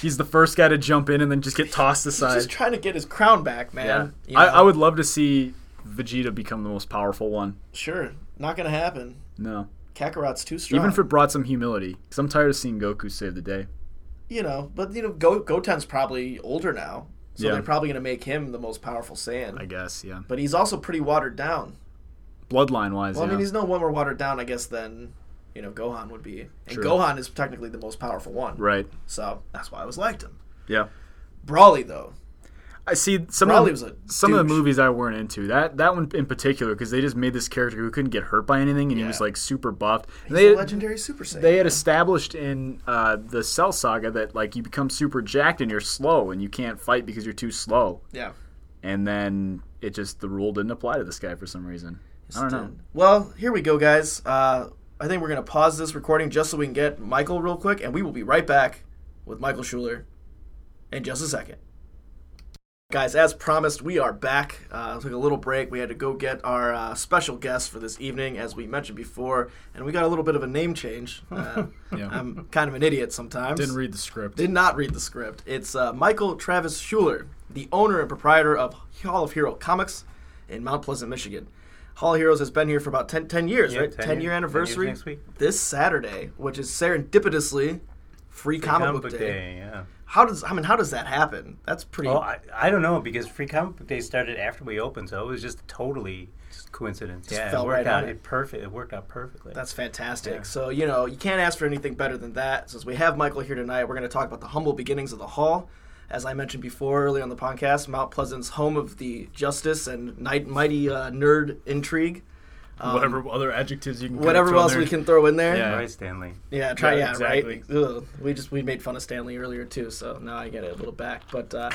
he's the first guy to jump in and then just get tossed aside. He's just trying to get his crown back, Yeah. man. You I, know? I would love to see Vegeta become the most powerful one. sure not gonna happen. No. Kakarot's too strong. Even if it brought some humility. Because I'm tired of seeing Goku save the day. you know, but you know, Go- Goten's probably older now, so Yeah. they're probably gonna make him the most powerful Saiyan. I guess, yeah. but he's also pretty watered down. Bloodline wise, Well, I yeah. mean, he's no one more watered down, I guess, than you know Gohan would be. And True. Gohan is technically the most powerful one, Right. so that's why I was liked him. Yeah. Brawly though, I see some Broly of was the, a some of the douche. movies I weren't into. That that one in particular because they just made this character who couldn't get hurt by anything and he Yeah. was like super buffed. And he's they a legendary Super Saiyan. they had established in uh, the Cell Saga that like you become super jacked and you're slow and you can't fight because you're too slow. yeah. And then it just the rule didn't apply to this guy for some reason. I don't know. Well, here we go, guys. Uh, I think we're gonna pause this recording just so we can get Michael real quick, and we will be right back with Michael Schuler in just a second. Guys, as promised, we are back. Uh, took a little break. We had to go get our uh, special guest for this evening, as we mentioned before, and we got a little bit of a name change. Uh, Yeah. I'm kind of an idiot sometimes. Didn't read the script. Did not read the script. It's uh, Michael Travis Schuler, the owner and proprietor of Hall of Hero Comics in Mount Pleasant, Michigan. Hall of Heroes has been here for about 10, 10 years, Yeah, right? 10 10, year- 10 year years anniversary next week. this Saturday, which is serendipitously free, comic, book day. yeah. How does I mean how does that happen? That's pretty Well, I, I don't know because Free Comic Book Day started after we opened, so it was just totally just coincidence. yeah, fell it right worked on out. it. It perfect. It worked out perfectly. That's fantastic. So, you know, you can't ask for anything better than that. Since we have Michael here tonight, we're going to talk about the humble beginnings of the Hall. As I mentioned before earlier on the podcast, Mount Pleasant's home of the justice and night, mighty uh, nerd intrigue. Um, whatever other adjectives you can. kinda Whatever throw in else there. we can throw in there. Yeah. right, Stanley. Yeah, try Yeah, yeah, exactly. right. Ugh, we just we made fun of Stanley earlier too, so now I get it a little back. But uh,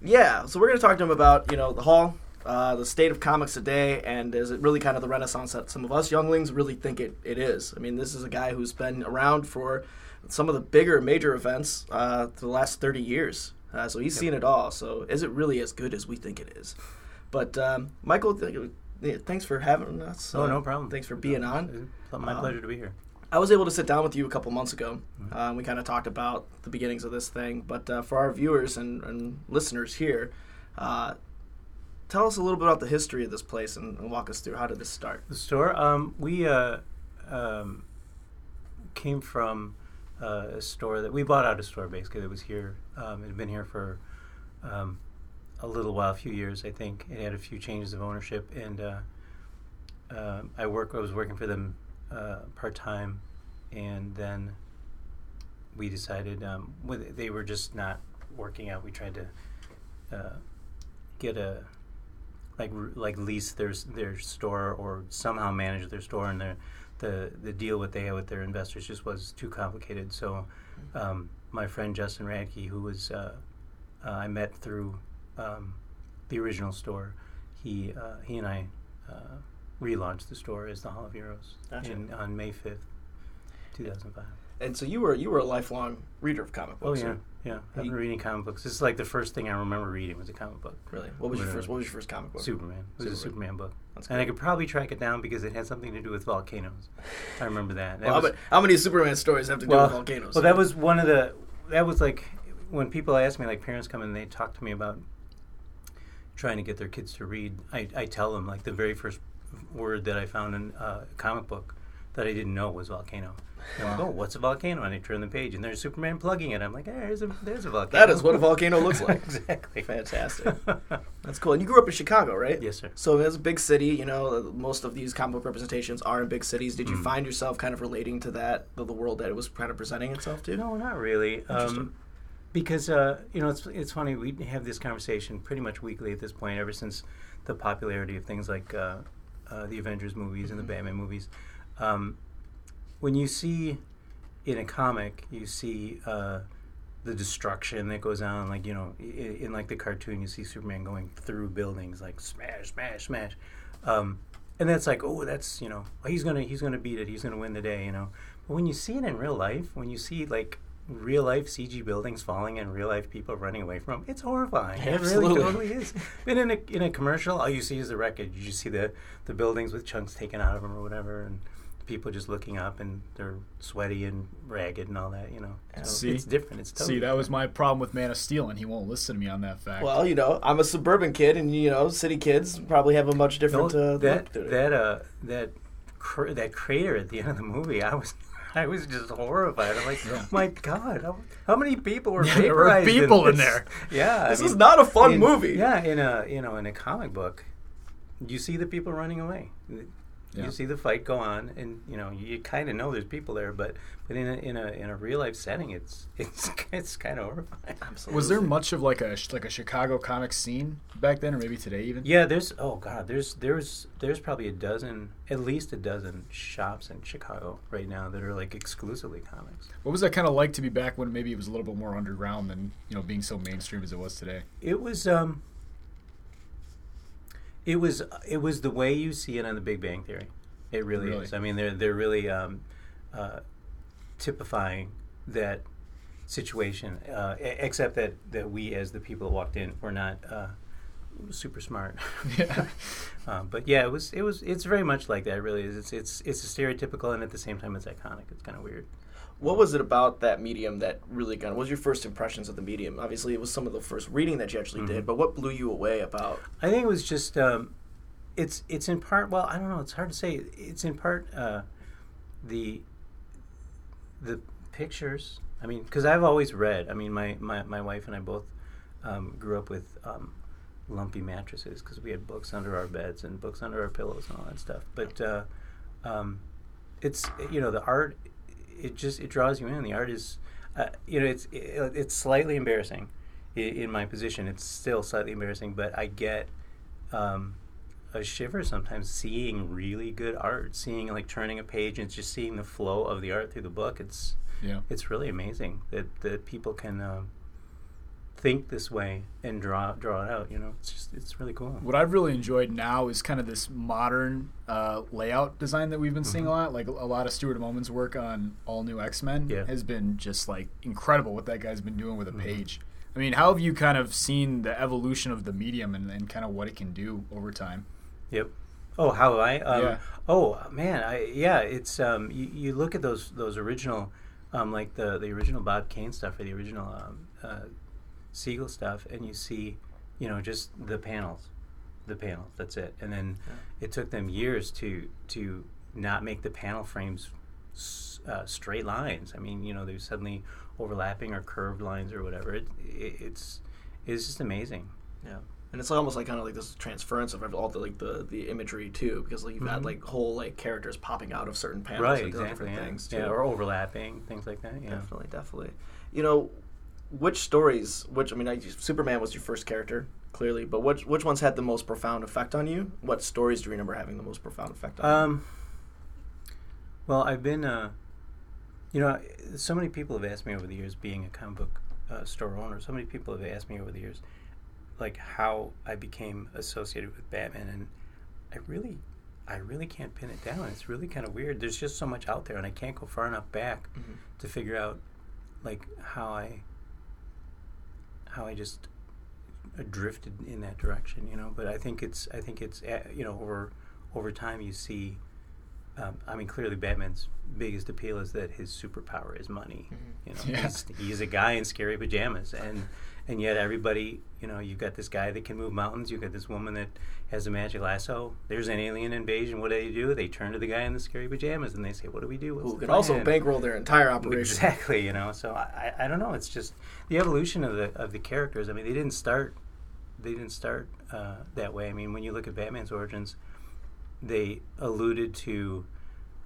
yeah, so we're gonna talk to him about you know the hall, uh, the state of comics today, and is it really kind of the renaissance that some of us younglings really think it, it is? I mean, this is a guy who's been around for some of the bigger major events uh, the last thirty years, uh, so he's seen it all. So is it really as good as we think it is? But um, Michael, th- yeah, thanks for having us. Oh, uh, no problem. Thanks for being on. Um, It's my pleasure to be here. I was able to sit down with you a couple months ago. Uh, we kind of talked about the beginnings of this thing, but uh, for our viewers and, and listeners here, uh, tell us a little bit about the history of this place and, and walk us through how did this start. The store. Um, we uh, um, came from uh, a store that we bought out a store basically that was here. Um, it had been here for um, a little while, a few years, I think. It had a few changes of ownership, and uh, uh, I work. I was working for them uh, part time, and then we decided um, with, they were just not working out. We tried to uh, get a like r- like lease their s- their store or somehow manage their store and their the the deal what they had with their investors just was too complicated. So um, my friend Justin Radke, who was uh, uh, I met through um, the original store, he uh, he and I uh, relaunched the store as the Hall of Heroes Gotcha. in, on May fifth, two thousand five. And so you were you were a lifelong reader of comic Oh books. yeah, right? yeah. I've been You- reading comic books. This is like the first thing I remember reading was a comic book. Really? What was your Whatever. first What was your first comic book? Superman. It was Superman. a Superman book. That's And I could probably track it down because it had something to do with volcanoes. I remember that. That Well, was- how, many, how many Superman stories have to do well, with volcanoes? well, that was one of the. That was like when people ask me, like parents come in and they talk to me about trying to get their kids to read. I, I tell them like the very first word that I found in uh, a comic book that I didn't know was volcano. And I'm like, oh, what's a volcano? And I turn the page and there's Superman plugging it. I'm like, there's a there's a volcano. That is what a volcano looks like. exactly. Fantastic. That's cool. And you grew up in Chicago, right? Yes, sir. So it's a big city. You know, uh, most of these comic book representations are in big cities. Did you Mm. find yourself kind of relating to that, the, the world that it was kind of presenting itself to? No, not really. Um, because uh, you know, it's it's funny. We have this conversation pretty much weekly at this point, ever since the popularity of things like uh, uh, the Avengers movies and the Batman movies. Um, when you see in a comic, you see uh, the destruction that goes on. Like you know, in, in like the cartoon, you see Superman going through buildings, like smash, smash, smash. Um, and that's like, oh, that's you know, he's gonna he's gonna beat it. He's gonna win the day. You know. But when you see it in real life, when you see like real life CG buildings falling and real life people running away from, 'em, it's horrifying. It Absolutely. really totally is. But in a in a commercial, all you see is the wreckage. You just see the the buildings with chunks taken out of them or whatever, and people just looking up and they're sweaty and ragged and all that. You know, so See? it's different. It's totally See, that was my problem with Man of Steel, and he won't listen to me on that fact. Well, you know, I'm a suburban kid, and you know, city kids probably have a much No, different uh, look that to it. that uh that cr- that crater at the end of the movie. I was. I was just horrified. I'm like, my God, how, how many people were there were vaporized? people in this? there. Yeah, I this is mean- not a fun in- movie. Yeah, in a you know in a comic book, you see the people running away. Yeah. You see the fight go on, and you know you kind of know there's people there, but but in a in a in a real life setting, it's it's it's kind of horrifying. Absolutely. was there much of like a like a Chicago comic scene back then, or maybe today even? Yeah, there's oh god, there's there's there's probably a dozen, at least a dozen shops in Chicago right now that are like exclusively comics. What was that kind of like to be back when maybe it was a little bit more underground than you know being so mainstream as it was today? It was um. It was it was the way you see it on The Big Bang Theory. It really, Really? is. I mean, they're they're really um, uh, typifying that situation. Uh, e- except that that we as the people that walked in were not uh, super smart. Yeah. um, but yeah, it was it was it's very much like that. It really is. It's it's it's stereotypical and at the same time it's iconic. It's kind of weird. What was it about that medium that really kind of? What was your first impressions of the medium? Obviously, it was some of the first reading that you actually Mm-hmm. did, but what blew you away about? I think it was just um, it's it's in part. Well, I don't know. It's hard to say. It's in part uh, the the pictures. I mean, because I've always read. I mean, my my, my wife and I both um, grew up with um, lumpy mattresses because we had books under our beds and books under our pillows and all that stuff. But uh, um, it's you know the art. It just it draws you in. The art is, uh, you know, it's it, it's slightly embarrassing. I- In my position, it's still slightly embarrassing, but I get um, a shiver sometimes seeing really good art, seeing like turning a page and just seeing the flow of the art through the book. It's Yeah. it's really amazing that that people can um, think this way and draw draw it out. You know, it's just it's really cool. What I've really enjoyed now is kind of this modern uh, layout design that we've been seeing a lot. Like a lot of Stuart Moman's work on all new X Men Yeah. has been just like incredible. What that guy's been doing with a page. I mean, how have you kind of seen the evolution of the medium and, and kind of what it can do over time? Yep. Oh, how have I? Um, Yeah. Oh man, I yeah. It's um, you, you look at those those original, um, like the the original Bob Kane stuff or the original um, uh, Siegel stuff, and you see, you know, just the panels, the panels. That's it. And then it took them years to to not make the panel frames s- uh, straight lines. I mean, you know, they're suddenly overlapping or curved lines or whatever. It, it, it's it's just amazing. Yeah. and it's almost like kind of like this transference of all the like the, the imagery too, because like you've got like whole like characters popping out of certain panels, Mm-hmm. right, and doing exactly. different Yeah. things too. yeah, or overlapping things like that. Yeah. Definitely, definitely. You know, which stories? Which I mean, I, Superman was your first character, clearly, but which which ones had the most profound effect on you? What stories do you remember having the most profound effect on? you? Um, well, I've been, uh, you know, so many people have asked me over the years, being a comic book uh, store owner, so many people have asked me over the years, like how I became associated with Batman, and I really, I really can't pin it down. It's really kind of weird. There's just so much out there, and I can't go far enough back Mm-hmm. to figure out, like how I, how I just uh, drifted in that direction, you know. But I think it's I think it's uh, you know over over time you see. Um, I mean, clearly Batman's biggest appeal is that his superpower is money. You know, Yeah. he's, he's a guy in scary pajamas, and and yet everybody, you know, you've got this guy that can move mountains. You've got this woman that has a magic lasso. There's an alien invasion. What do they do? They turn to the guy in the scary pajamas and they say, "What do we do?" What's Who the could also plan?" bankroll their entire operation? Exactly, you know. So I, I I don't know. It's just the evolution of the of the characters. I mean, they didn't start they didn't start uh, that way. I mean, when you look at Batman's origins, they alluded to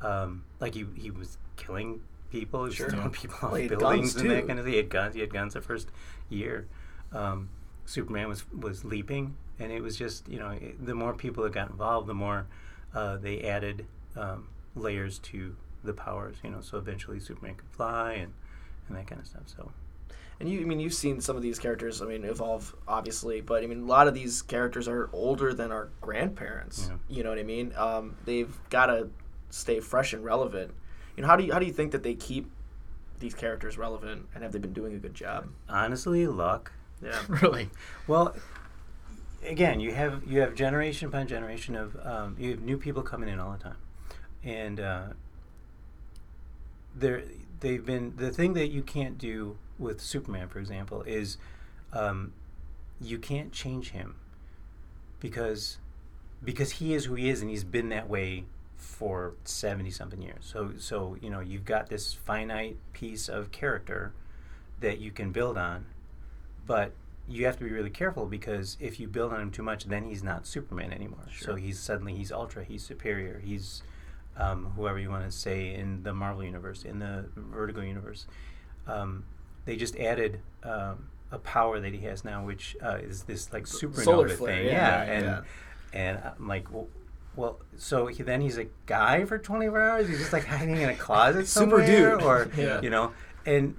um, like he he was killing people, he was Sure. throwing people off Well, he had buildings guns, and that too. kind of thing. He had guns. He had guns the first year. Um, Superman was was leaping, and it was just you know it, the more people that got involved, the more uh, they added um, layers to the powers. You know, so eventually Superman could fly and and that kind of stuff. So And you, I mean, you've seen some of these characters. I mean, evolve obviously, but I mean, a lot of these characters are older than our grandparents. Yeah. You know what I mean? Um, they've got to stay fresh and relevant. You know, how do you how do you think that they keep these characters relevant? And have they been doing a good job? honestly, luck. Yeah. Really? Well, again, you have you have generation upon generation of um, you have new people coming in all the time, and uh, there they've been the thing that you can't do with Superman, for example, is um, you can't change him because because he is who he is and he's been that way for 70 something years. So so you know, you've got this finite piece of character that you can build on, but you have to be really careful because if you build on him too much, then he's not Superman anymore. So he's suddenly he's ultra, he's superior, he's um, whoever you want to say in the Marvel universe, in the Vertigo universe. Um, they just added um, a power that he has now, which uh, is this like supernova solar thing. flare, yeah, yeah, and yeah. and I'm like, well, well so he, then he's a guy for 24 hours. He's just like hiding in a closet Super somewhere, dude. or Yeah. you know, and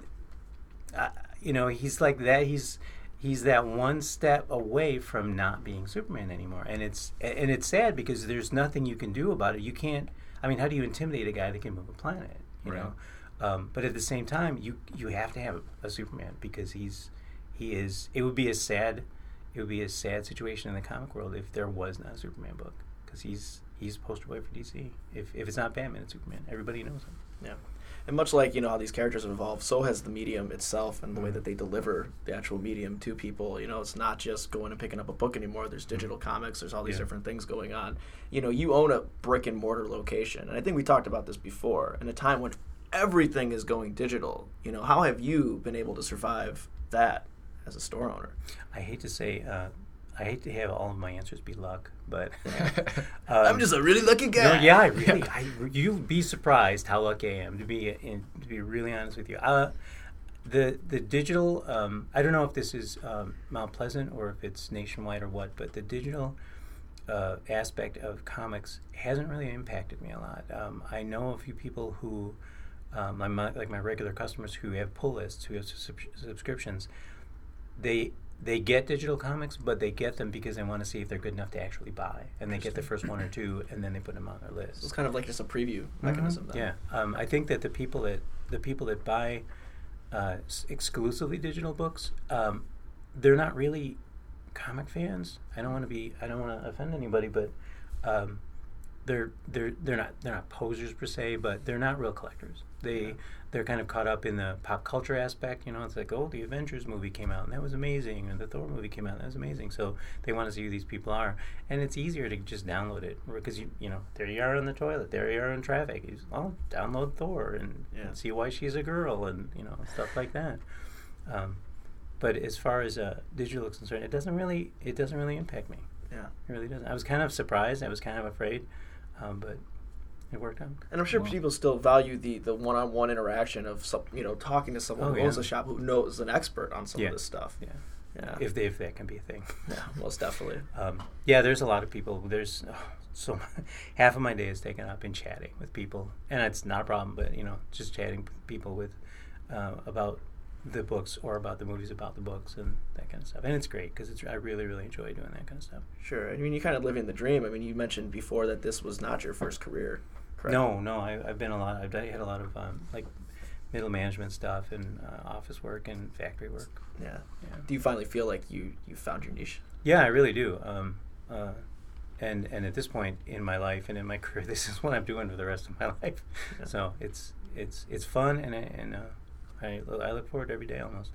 uh, you know he's like that. He's he's that one step away from not being Superman anymore, and it's and it's sad because there's nothing you can do about it. You can't. I mean, how do you intimidate a guy that can move a planet? You Right. know. Um, but at the same time, you you have to have a Superman because he's he is. It would be a sad it would be a sad situation in the comic world if there was not a Superman book because he's he's poster boy for DC. If if it's not Batman, it's Superman. Everybody knows him. Yeah. And much like, you know, how these characters have evolved, so has the medium itself and the Mm. way that they deliver the actual medium to people. You know, it's not just going and picking up a book anymore. There's digital comics, there's all these Mm. Yeah. different things going on. You know, you own a brick and mortar location. And I think we talked about this before. In a time when everything is going digital, you know, how have you been able to survive that as a store owner? I hate to say, uh, I hate to have all of my answers be luck, but I'm just a really lucky No, guy. Um, yeah, I really, I, you'd be surprised how lucky I am to be in, to be really honest with you. Uh, the the digital, um, I don't know if this is um, Mount Pleasant or if it's nationwide or what, but the digital uh, aspect of comics hasn't really impacted me a lot. Um, I know a few people who, um, my, mo- like my regular customers who have pull lists, who have sub- subscriptions, they they get digital comics, but they get them because they want to see if they're good enough to actually buy, and they get the first one or two, and then they put them on their list. It's kind of like just a preview mechanism. Then. Yeah, um, I think that the people that the people that buy uh, s- exclusively digital books, um, they're not really comic fans. I don't want to be. I don't want to offend anybody, but um, they're they're they're not they're not posers per se, but they're not real collectors. They they're kind of caught up in the pop culture aspect. You know, it's like oh, the Avengers movie came out and that was amazing, and the Thor movie came out and that was amazing. So they want to see who these people are, and it's easier to just download it because you you know there you are in the toilet, there you are in traffic. You just, oh, download Thor and, Yeah. and see why she's a girl and you know stuff like that. Um, But as far as uh, digital is concerned, it doesn't really it doesn't really impact me. Yeah. It really doesn't. I was kind of surprised. I was kind of afraid, um, but it worked out. And I'm sure Well. people still value the the one-on-one interaction of some, you know talking to someone Oh, who owns yeah. a shop who knows an expert on some Yeah. of this stuff. Yeah. Yeah. If they, if that can be a thing. yeah, most definitely. Um, yeah, there's a lot of people. There's oh, so half of my day is taken up in chatting with people, and it's not a problem. But you know, just chatting p- people with uh, about the books or about the movies, about the books, and that kind of stuff. And it's great because it's I really really enjoy doing that kind of stuff. Sure. I mean, you kind of living the dream. I mean, you mentioned before that this was not your first career. Correct? No, no, I, I've been a lot. I've done, had a lot of um, like middle management stuff and uh, office work and factory work. Yeah. Yeah. Do you finally feel like you you found your niche? Yeah, I really do. Um, uh, and and at this point in my life and in my career, this is what I'm doing for the rest of my life. Yeah. So it's it's it's fun, and I- and uh, I lo- I look forward to every day almost.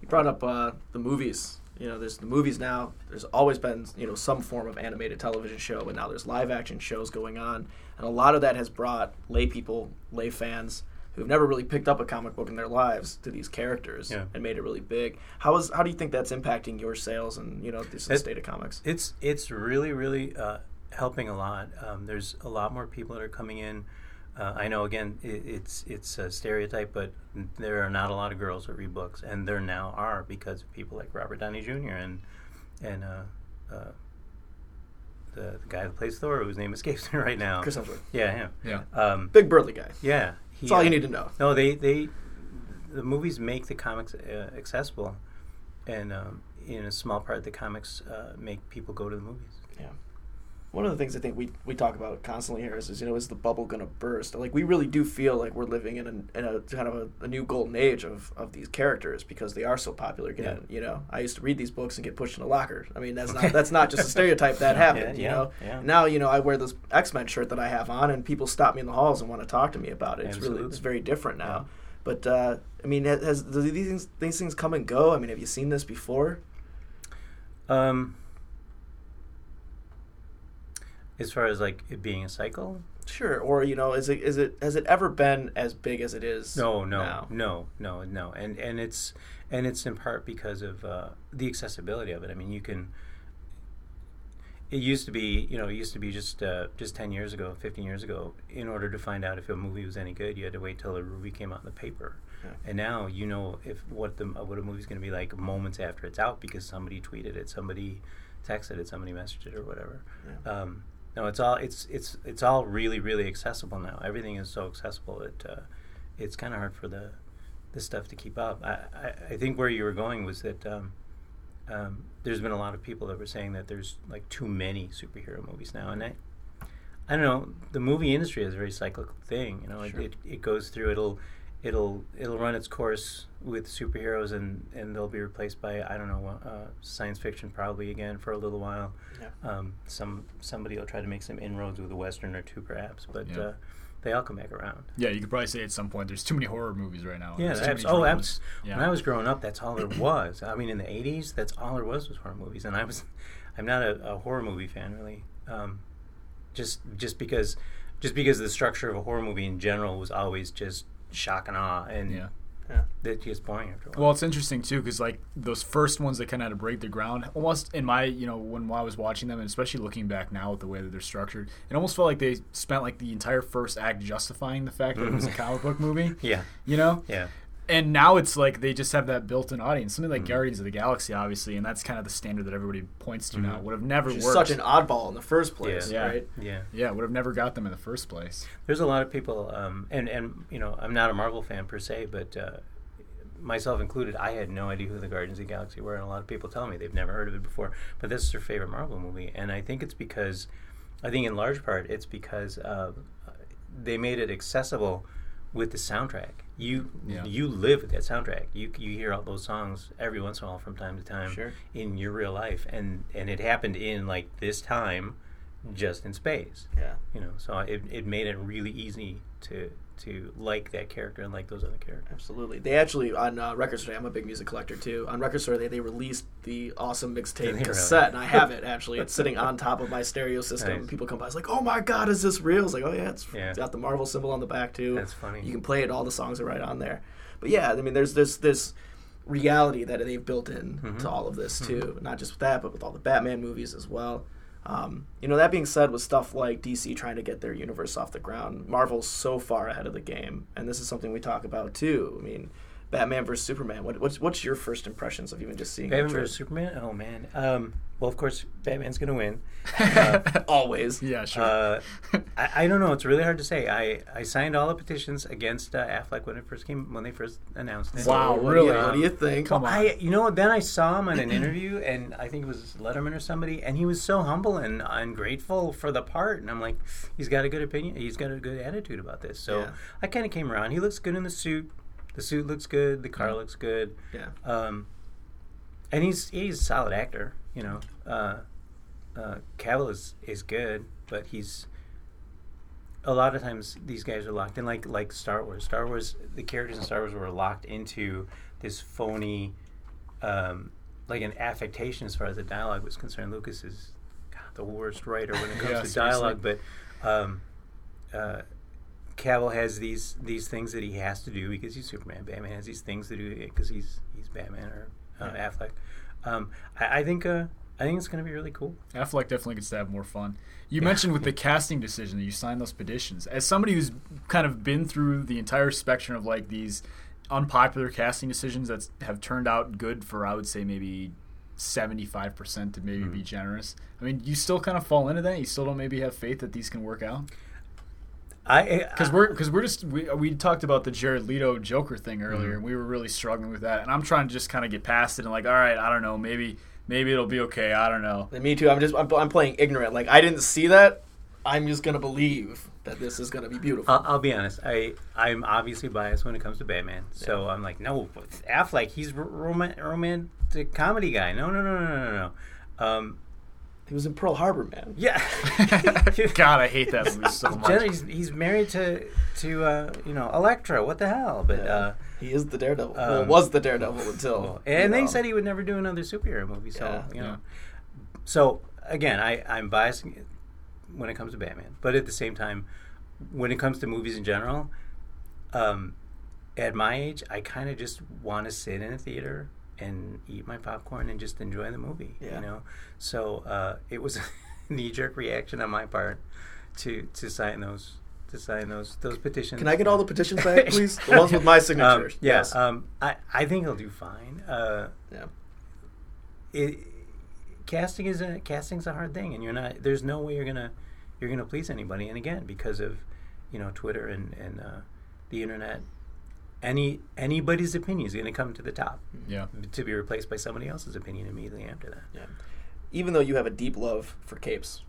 You brought up uh, the movies. You know, there's the movies now. There's always been you know some form of animated television show, but now there's live action shows going on, and a lot of that has brought lay people, lay fans who've never really picked up a comic book in their lives to these characters Yeah. and made it really big. How is how do you think that's impacting your sales and you know this the It- state of comics? It's it's really really uh, helping a lot. Um, there's a lot more people that are coming in. Uh, I know again it, it's it's a stereotype, but there are not a lot of girls that read books, and there now are because of people like Robert Downey Jr. and and uh, uh, the, the guy that plays Thor, whose name escapes me right now. Chris Hemsworth, Yeah, him. Yeah. Um, big burly guy. yeah, he, That's all you uh, need to know. no, they they the movies make the comics uh, accessible, and um, in a small part, the comics uh, make people go to the movies. Yeah. One of the things I think we, we talk about constantly here is, is you know is the bubble going to burst? Like we really do feel like we're living in a, in a kind of a, a new golden age of, of these characters because they are so popular again. You know, I used to read these books and get pushed in a locker. I mean, that's not that's not just a stereotype that happened. you Yeah, yeah, know, yeah. now you know I wear this X Men shirt that I have on, and people stop me in the halls and want to talk to me about it. It's really Absolutely. it's very different now. Yeah. But uh, I mean, has, has do these things these things come and go? I mean, have you seen this before? Um, as far as like it being a cycle, Sure. Or you know, is it is it has it ever been as big as it is? no, no, now? no, no, no, and and it's and it's in part because of uh, the accessibility of it. I mean, you can. It used to be, you know, it used to be just uh, just ten years ago, fifteen years ago. In order to find out if a movie was any good, you had to wait till a review came out in the paper. Yeah. And now you know if what the what a movie's going to be like moments after it's out because somebody tweeted it, somebody texted it, somebody messaged it, or whatever. Yeah. Um, no, it's all it's it's it's all really really accessible now. Everything is so accessible. It uh, it's kind of hard for the the stuff to keep up. I, I, I think where you were going was that um, um, there's been a lot of people that were saying that there's like too many superhero movies now, and I I don't know. The movie industry is a very cyclical thing. You know, Sure. it, it it goes through. It'll it'll it'll run its course with superheroes, and and they'll be replaced by I don't know uh, science fiction probably again for a little while. Yeah. Um, some somebody will try to make some inroads with a western or two perhaps, but Yeah. uh, they all come back around. Yeah, you could probably say at some point there's too many horror movies right now. Yeah, There's too abs- many oh, dramas. abs- when I was growing up, that's all there was. I mean, in the '80s, that's all there was was horror movies, and I was, I'm not a, a horror movie fan really, um, just just because, just because the structure of a horror movie in general was always just shock and awe, and yeah. Yeah. that gets boring after a while. Well, it's interesting too because like those first ones that kind of had to break the ground, almost in my you know when I was watching them, and especially looking back now with the way that they're structured, it almost felt like they spent like the entire first act justifying the fact that it Mm-hmm. was a comic book movie. yeah, You know, yeah, and now it's like they just have that built-in audience. Something Mm-hmm. like Guardians of the Galaxy, obviously, and that's kind of the standard that everybody points to now. Would have never Mm-hmm. Which worked. is such an oddball in the first place, Yeah. right? yeah. yeah, would have never got them in the first place. There's a lot of people, um, and and you know, I'm not a Marvel fan per se, but uh, myself included, I had no idea who the Guardians of the Galaxy were, and a lot of people tell me they've never heard of it before. But this is their favorite Marvel movie, and I think it's because, I think in large part, it's because uh, they made it accessible with the soundtrack. You Yeah. you live with that soundtrack. You you hear all those songs every once in a while from time to time Sure. in your real life, and and it happened in like this time, just in space Yeah. you know so it, it made it really easy to to like that character and like those other characters Absolutely. They actually on uh, Record Store. I'm a big music collector too. On Record Store, they, they released the awesome they mixtape really? cassette, and I have it actually. It's sitting on top of my stereo system. Nice. People come by, it's like, oh my god, is this real? It's like, oh yeah, it's, Yeah. it's got the Marvel symbol on the back too. That's funny. You can play it. All the songs are right on there. But yeah, I mean, there's this this reality that they've built in Mm-hmm. to all of Hmm. this too. Not just with that, but with all the Batman movies as well. Um, you know, that being said, with stuff like DC trying to get their universe off the ground, Marvel's so far ahead of the game, and this is something we talk about too. I mean, Batman versus Superman. What, what's what's your first impressions of even just seeing Batman the trailer? versus Superman. Oh man. Um, well, of course, Batman's gonna win. always? Yeah, sure. Uh, I, I don't know. It's really hard to say. I, I signed all the petitions against uh, Affleck when it first came when they first announced it. Wow, What do you- really? What do you think? Come on. I you know what? Then I saw him on an interview, and I think it was Letterman or somebody, and he was so humble and and grateful for the part. And I'm like, he's got a good opinion. He's got a good attitude about this. So Yeah. I kind of came around. He looks good in the suit. The suit looks good. The car looks good. Yeah. Um, and he's he's a solid actor, you know. Uh, uh, Cavill is, is good, but he's a lot of times these guys are locked in, like like Star Wars. Star Wars, the characters in Star Wars were locked into this phony, um, like an affectation as far as the dialogue was concerned. Lucas is God, the worst writer when it comes Yeah, to seriously. dialogue, but. Um, uh, Cavill has these these things that he has to do because he's Superman. Batman has these things to do because he's he's Batman or uh, Affleck. Um, I, I think uh, I think it's going to be really cool. Affleck definitely gets to have more fun. You mentioned with the casting decision that you signed those petitions. As somebody who's kind of been through the entire spectrum of like these unpopular casting decisions that have turned out good for, I would say maybe seventy-five percent to maybe be generous. I mean, you still kind of fall into that. You still don't maybe have faith that these can work out I because we're because we're just we, uh, we talked about the Jared Leto Joker thing earlier, and we were really struggling with that. And I'm trying to just kind of get past it and like, all right, I don't know, maybe maybe it'll be okay. I don't know. And me too. I'm just I'm, I'm playing ignorant. Like I didn't see that. I'm just gonna believe that this is gonna be beautiful. I'll, I'll be honest. I I'm obviously biased when it comes to Batman, so I'm like, no, but Affleck. He's r- roman- romantic comedy guy. No, no, no, no, no, no. Um, he was in Pearl Harbor, man. yeah. God, I hate that movie so much. Jenna, he's, he's married to to uh, you know Elektra. What the hell? But uh, He is the Daredevil. well, Um, was the Daredevil until. and you they know. said he would never do another superhero movie. So Yeah. you know, so again, I I'm biased when it comes to Batman, but at the same time, when it comes to movies in general, um, at my age, I kind of just want to sit in a theater and eat my popcorn and just enjoy the movie. Yeah. You know, so uh, it was a knee jerk reaction on my part to to sign those to sign those those petitions. Can I get all the petitions back, please? The ones with my Um, signatures. yeah, um, I, I think he'll do fine. Uh, yeah. it, casting is a casting's a hard thing, and you're not. There's no way you're gonna you're gonna please anybody. And again, because of you know Twitter and and uh, the internet, any anybody's opinion is gonna come to the top Yeah. to be replaced by somebody else's opinion immediately after that. Yeah. Even though you have a deep love for capes,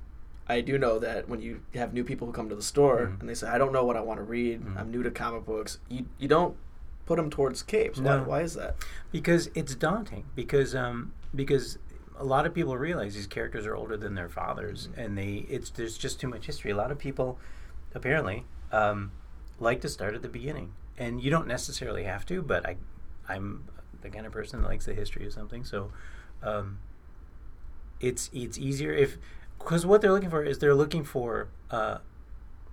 I do know that when you have new people who come to the store Mm-hmm. and they say, "I don't know what I want to read. I'm new to comic books," you you don't put them towards capes. Why, No. why is that? because it's daunting because um because a lot of people realize these characters are older than their fathers and they it's there's just too much history a lot of people apparently um, like to start at the beginning and you don't necessarily have to but i i'm the kind of person that likes the history of something so um, it's it's easier if because what they're looking for is they're looking for uh,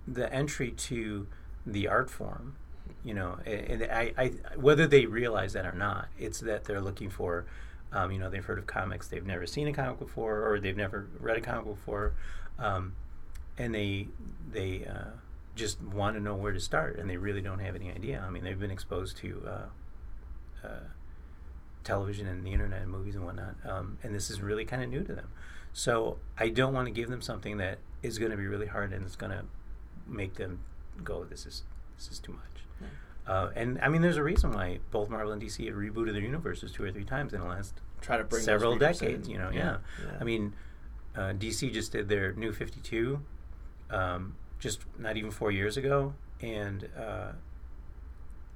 the entry to the art form you know a- and I, I whether they realize that or not it's that they're looking for um, you know they've heard of comics they've never seen a comic before or they've never read a comic before um, and they they uh, just want to know where to start and they really don't have any idea i mean they've been exposed to uh, uh, television and the internet and movies and whatnot. Um, and this is really kind of new to them. So I don't want to give them something that is going to be really hard and it's going to make them go, this is this is too much. Uh, and I mean, there's a reason why both Marvel and DC have rebooted their universes two or three times in the last Try to bring those several readers decades. in. You know, Yeah. yeah. Yeah. I mean, uh, DC just did their New Fifty Two, um, just not even four years ago, and uh,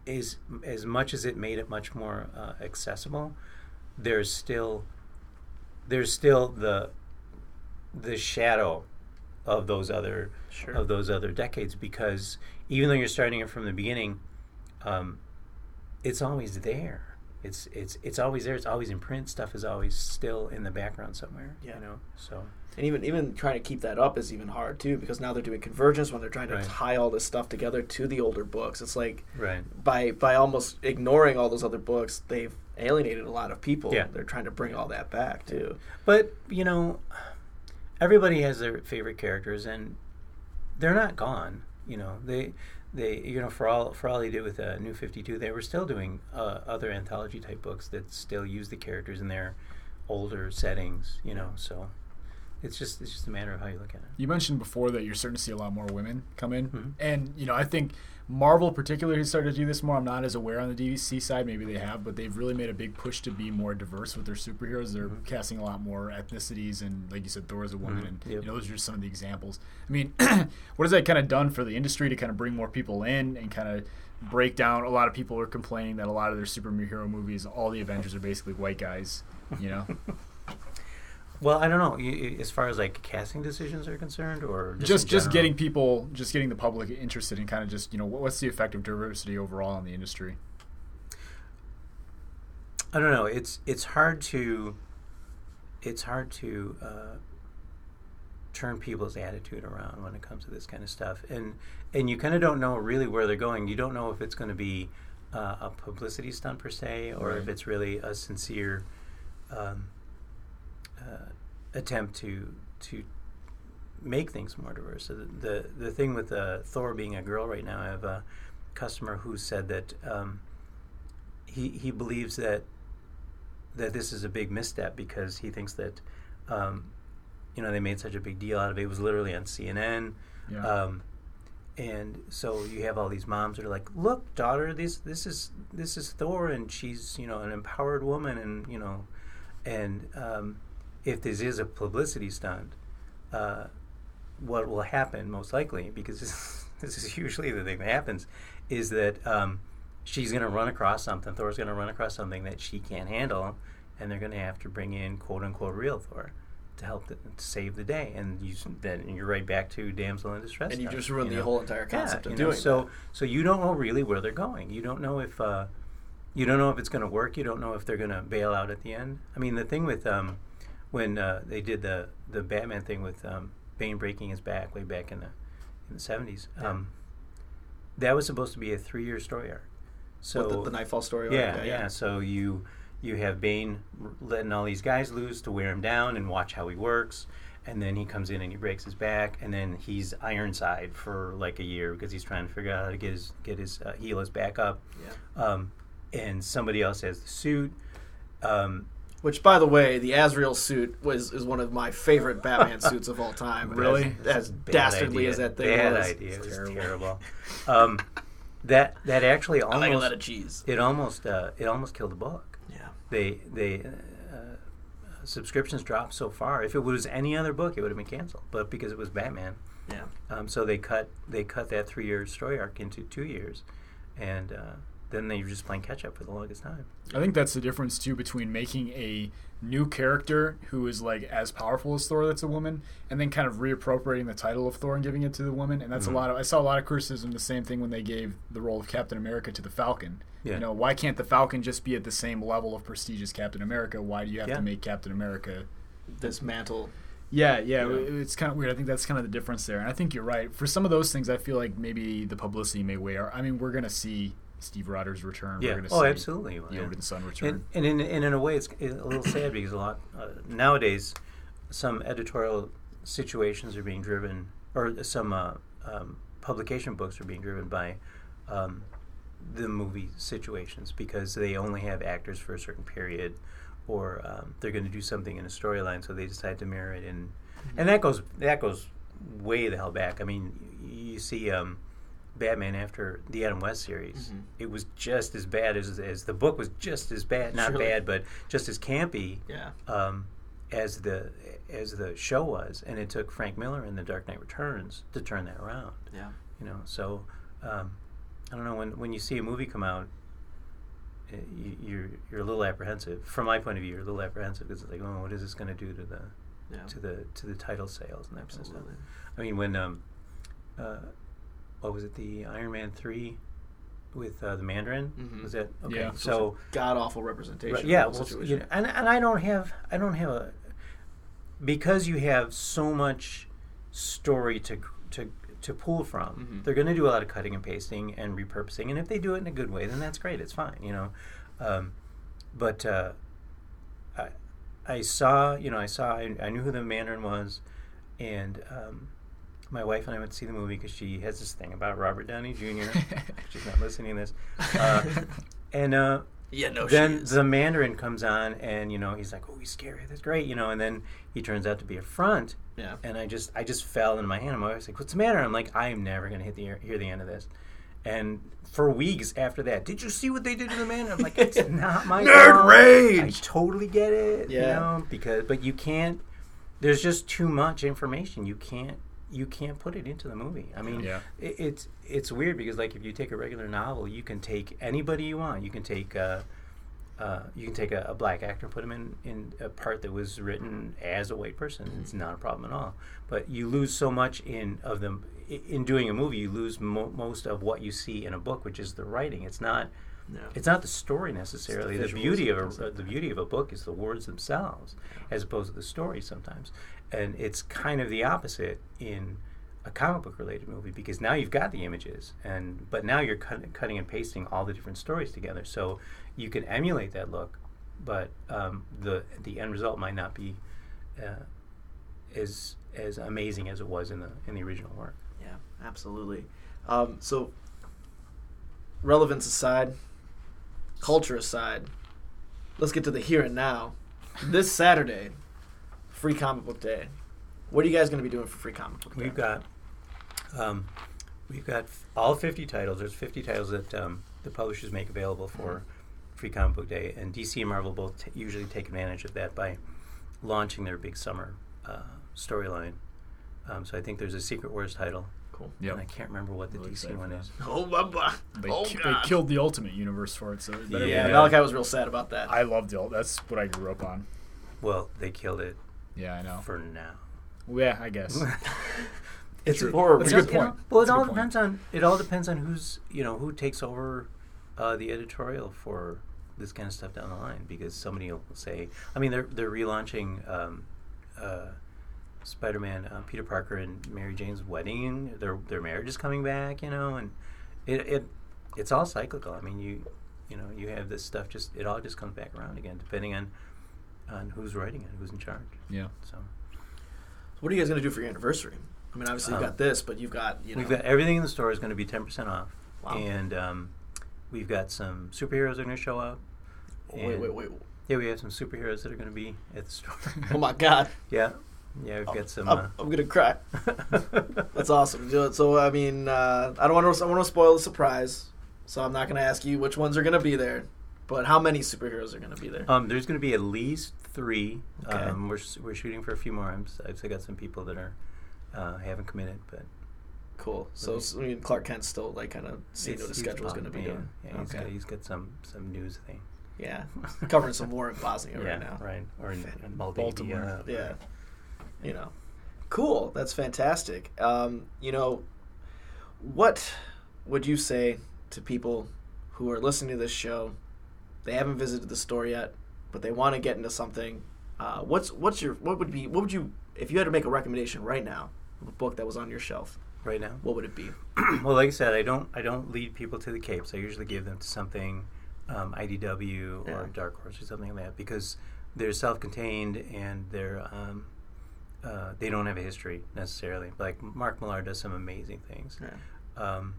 is as much as it made it much more uh, accessible, there's still there's still the the shadow of those other Sure. of those other decades because even though you're starting it from the beginning, um, it's always there. It's it's it's always there. It's always in print. Stuff is always still in the background somewhere. Yeah. You know. So And even even trying to keep that up is even hard too, because now they're doing convergence when they're trying to Right. tie all this stuff together to the older books. It's like right. by by almost ignoring all those other books, they've alienated a lot of people. Yeah. They're trying to bring all that back too. But you know, everybody has their favorite characters, and they're not gone. You know, they they you know for all for all they did with uh, New Fifty Two, they were still doing uh, other anthology type books that still use the characters in their older settings. You know, so it's just it's just a matter of how you look at it. You mentioned before that you're starting to see a lot more women come in, and you know I think Marvel particularly has started to do this more. I'm not as aware on the DVC side, maybe they have, but they've really made a big push to be more diverse with their superheroes. They're casting a lot more ethnicities, and like you said, Thor is a woman, and Yep. you know, those are just some of the examples. I mean, what has that kind of done for the industry to kind of bring more people in and kind of break down? A lot of people are complaining that a lot of their superhero movies, all the Avengers are basically white guys. You know, Well, I don't know y- y- as far as like casting decisions are concerned, or just just in just general? getting people just getting the public interested in kind of just you know what- what's the effect of diversity overall on the industry I don't know. It's it's hard to it's hard to uh, turn people's attitude around when it comes to this kind of stuff, and and you kind of don't know really where they're going. You don't know if it's going to be uh, a publicity stunt per se, or if Right. it's really a sincere um, uh, attempt to to make things more diverse. So the the, the thing with uh, Thor being a girl right now, I have a customer who said that um, he he believes that that this is a big misstep because he thinks that um, you know they made such a big deal out of it. It was literally on CNN. Yeah. Um, and so you have all these moms that are like, "Look, daughter, this this is this is Thor, and she's you know an empowered woman, and you know, and um, if this is a publicity stunt, uh, what will happen most likely, because this, this is usually the thing that happens, is that um, she's going to run across something. Thor's going to run across something that she can't handle, and they're going to have to bring in quote unquote real Thor to help the, to save the day. And you s- then you're right back to damsel in distress. And you stuff, just ruined the know? whole entire concept yeah, of you know, doing so. that. So you don't know really where they're going. You don't know if uh, you don't know if it's going to work. You don't know if they're going to bail out at the end. I mean, the thing with um, when uh, they did the the Batman thing with um, Bane breaking his back way back in the in the seventies, um, that was supposed to be a three year story arc. So With the, the Nightfall story. yeah, yeah, So you you have Bane r- letting all these guys loose to wear him down and watch how he works, and then he comes in and he breaks his back, and then he's Ironside for like a year because he's trying to figure out how to get his get his uh, heal his back up. Yeah. Um, and somebody else has the suit. Um, Which, by the way, the Azrael suit was is one of my favorite Batman suits of all time. Really? As, as bad dastardly idea. as that thing bad was. idea. It was terrible. um, that that actually almost cheese. it almost uh, it almost killed the book. Yeah. they they uh, subscriptions dropped so far. If it was any other book, it would have been canceled. But because it was Batman, Yeah. um, so they cut they cut that three year story arc into two years, and uh, then they were just playing catch up for the longest time. i think that's the difference too between making a new character who is like as powerful as thor that's a woman and then kind of reappropriating the title of thor and giving it to the woman and that's Mm-hmm. a lot of i saw a lot of criticism the same thing when they gave the role of captain america to the falcon Yeah. you know why can't the falcon just be at the same level of prestige as captain america why do you have Yeah. to make captain america This mantle. Yeah, yeah, it- it's kind of weird. I think that's kind of the difference there, and I think you're right. For some of those things, I feel like maybe the publicity may weigh. our- I mean, we're gonna see Steve Rogers return. We're Yeah. gonna Oh, see absolutely. The Yeah. Odin Sun return. And, and in and in a way, it's a little sad because a lot uh, nowadays, some editorial situations are being driven, or some uh, um, publication books are being driven by um, the movie situations because they only have actors for a certain period, or um, they're going to do something in a storyline, so they decide to mirror it. And Mm-hmm. and that goes that goes way the hell back. I mean, y- you see. Um, Batman after the Adam West series, Mm-hmm. it was just as bad as, as the book was just as bad, not Surely. bad, but just as campy Yeah. um, as the as the show was, and it took Frank Miller in The Dark Knight Returns to turn that around. Yeah. You know, so um, I don't know when when you see a movie come out, eh, you, you're you're a little apprehensive. From my point of view, you're a little apprehensive because it's like, oh, what is this going to do to the Yeah. to the to the title sales and that kind of stuff. Absolutely. I mean, when um, uh, what was it? The Iron Man three with uh, the Mandarin Mhm. was that? Okay, Yeah. so God awful representation. right, of yeah, the well, situation. you know, and and I don't have I don't have a because you have so much story to to to pull from. They're going to do a lot of cutting and pasting and repurposing, and if they do it in a good way, then that's great. It's fine, you know. Um, but uh, I, I saw, you know, I saw, I, I knew who the Mandarin was, and um, my wife and I went to see the movie because she has this thing about Robert Downey Jr. She's not listening to this, uh, and uh, Yeah, no. then she is. the Mandarin comes on, and you know, he's like, "Oh, he's scary. That's great," you know, and then he turns out to be a front. yeah. And I just, I just fell in my hand. I'm always like, "What's the matter?" I'm like, "I am never gonna hit the air, hear the end of this." And for weeks after that, did you see what they did to the Mandarin? I'm like, "It's not my fault. I rage. totally get it. Yeah. You know, because but you can't there's just too much information. You can't you can't put it into the movie. I mean Yeah. it, it's it's weird because like if you take a regular novel, you can take anybody you want. You can take uh uh, you can take a, a black actor and put him in, in a part that was written as a white person. It's not a problem at all. But you lose so much in of them i- in doing a movie. You lose mo- most of what you see in a book, which is the writing. It's not it's not the story necessarily. the, visuals beauty and of a, things like the beauty of a book is the words themselves, as opposed to the story sometimes. And it's kind of the opposite in a comic book related movie because now you've got the images, and but now you're cut, cutting and pasting all the different stories together. So you can emulate that look, but um, the the end result might not be uh, as as amazing as it was in the in the original work. Yeah, absolutely. Um, so, relevance aside, culture aside, let's get to the here and now. This Saturday, Free Comic Book Day. What are you guys going to be doing for Free Comic Book Day? We've got, um, we've got f- all 50 titles. There's 50 titles that um, the publishers make available for Mm-hmm. Free Comic Book Day, and DC and Marvel both t- usually take advantage of that by launching their big summer uh, storyline. Um, so I think there's a Secret Wars title, cool. Yep. and I can't remember what the Really DC excited one for is. Oh, blah, blah. They, oh ki- they God. killed the Ultimate Universe for it, so it better be- yeah, Yeah. Malachi was real sad about that. I loved it. That's what I grew up on. Well, they killed it Yeah, I know. for now. Yeah, I guess. it's True. horrible. That's a Well, good you know, point. well, That's it a all good point. depends on it all depends on who's you know who takes over uh, the editorial for this kind of stuff down the line because somebody will say. I mean, they're they're relaunching um, uh, Spider-Man, uh, Peter Parker and Mary Jane's wedding. Their their marriage is coming back, you know, and it it it's all cyclical. I mean, you you know you have this stuff just it all just comes back around again depending on on who's writing it, who's in charge. yeah. So What are you guys going to do for your anniversary? I mean, obviously you've Um, got this, but you've got you know. We've got everything in the store is going to be ten percent off, Wow. and um, we've got some superheroes are going to show up. wait, and- wait, wait. Yeah, we have some superheroes that are going to be at the store. Oh my God. yeah, yeah, we've got some. uh, I'm, I'm gonna cry. That's awesome. So- So I mean, uh, I don't want to. I want to spoil the surprise. So I'm not gonna ask you which ones are gonna be there, but how many superheroes are gonna be there? uh, um, there's going to be at least three. Okay. Um, we're s- we're shooting for a few more. I'm, s- I've still got some people that are uh, haven't committed, but cool. So s- I mean, Clark Kent's still like kind of seeing it's- what his he's schedule's fun, gonna be yeah, doing. Yeah, he's okay. got, he's got some some news thing. yeah, covering some war in Bosnia yeah, right now. right. Or in, in Baltimore. Moldavia. Yeah. You know, cool. That's fantastic. Um, you know, what would you say to people who are listening to this show? They haven't visited the store yet, but they want to get into something. Uh, what's what's your what would be what would you if you had to make a recommendation right now of a book that was on your shelf? Right now. What would it be? Um, well, like I said, I don't I don't lead people to the capes. I usually give them to something um, IDW Yeah. or Dark Horse or something like that because they're self-contained and they're um, uh, they don't have a history necessarily. Like Mark Millar does some amazing things. Um,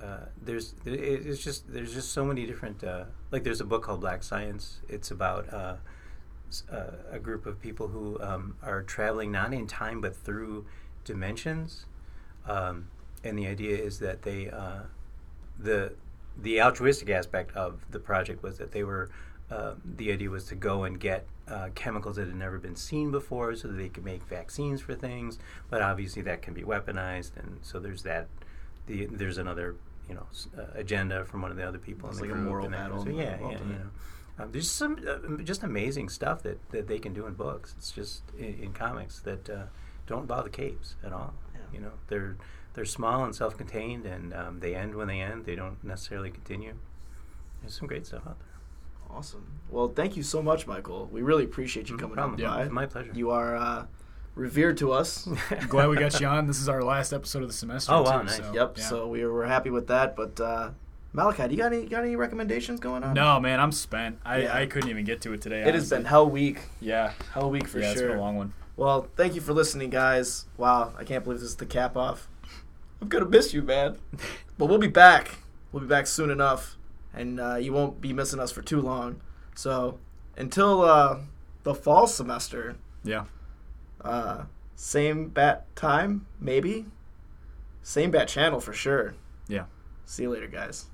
uh, there's it- it's just there's just so many different uh, like there's a book called Black Science. It's about uh, s- uh, a group of people who um, are traveling not in time but through dimensions, um, and the idea is that they uh, the the altruistic aspect of the project was that they were uh, the idea was to go and get uh, chemicals that had never been seen before so that they could make vaccines for things but obviously that can be weaponized and so there's that the, there's another you know s- uh, agenda from one of the other people It's in the like a group moral and that- battle so yeah yeah, involved in you it. know. Um, there's some uh, um, just amazing stuff that, that they can do in books. It's just in, in comics that uh, don't bother capes at all. Yeah. You know, they're they're small and self-contained, and um, they end when they end. They don't necessarily continue. There's some great stuff out there. Awesome. Well, thank you so much, Michael. We really appreciate you No coming problem. on Yeah, by. it's my pleasure. You are uh, revered to us. Glad we got you on. This is our last episode of the semester. Oh, too, wow, nice. So, Yep. yeah. So we were happy with that, but uh, Malachi, do you got any got any recommendations going on? No, man, I'm spent. I, Yeah. I couldn't even get to it today. It has honestly. been hell week. Yeah, Hell week for yeah, it's sure. been a long one. Well, thank you for listening, guys. Wow, I can't believe this is the cap off. I'm gonna miss you, man. but we'll be back. We'll be back soon enough, and uh, you won't be missing us for too long. So until uh, the fall semester, Yeah. uh, same bat time, maybe. Same bat channel for sure. Yeah. See you later, guys.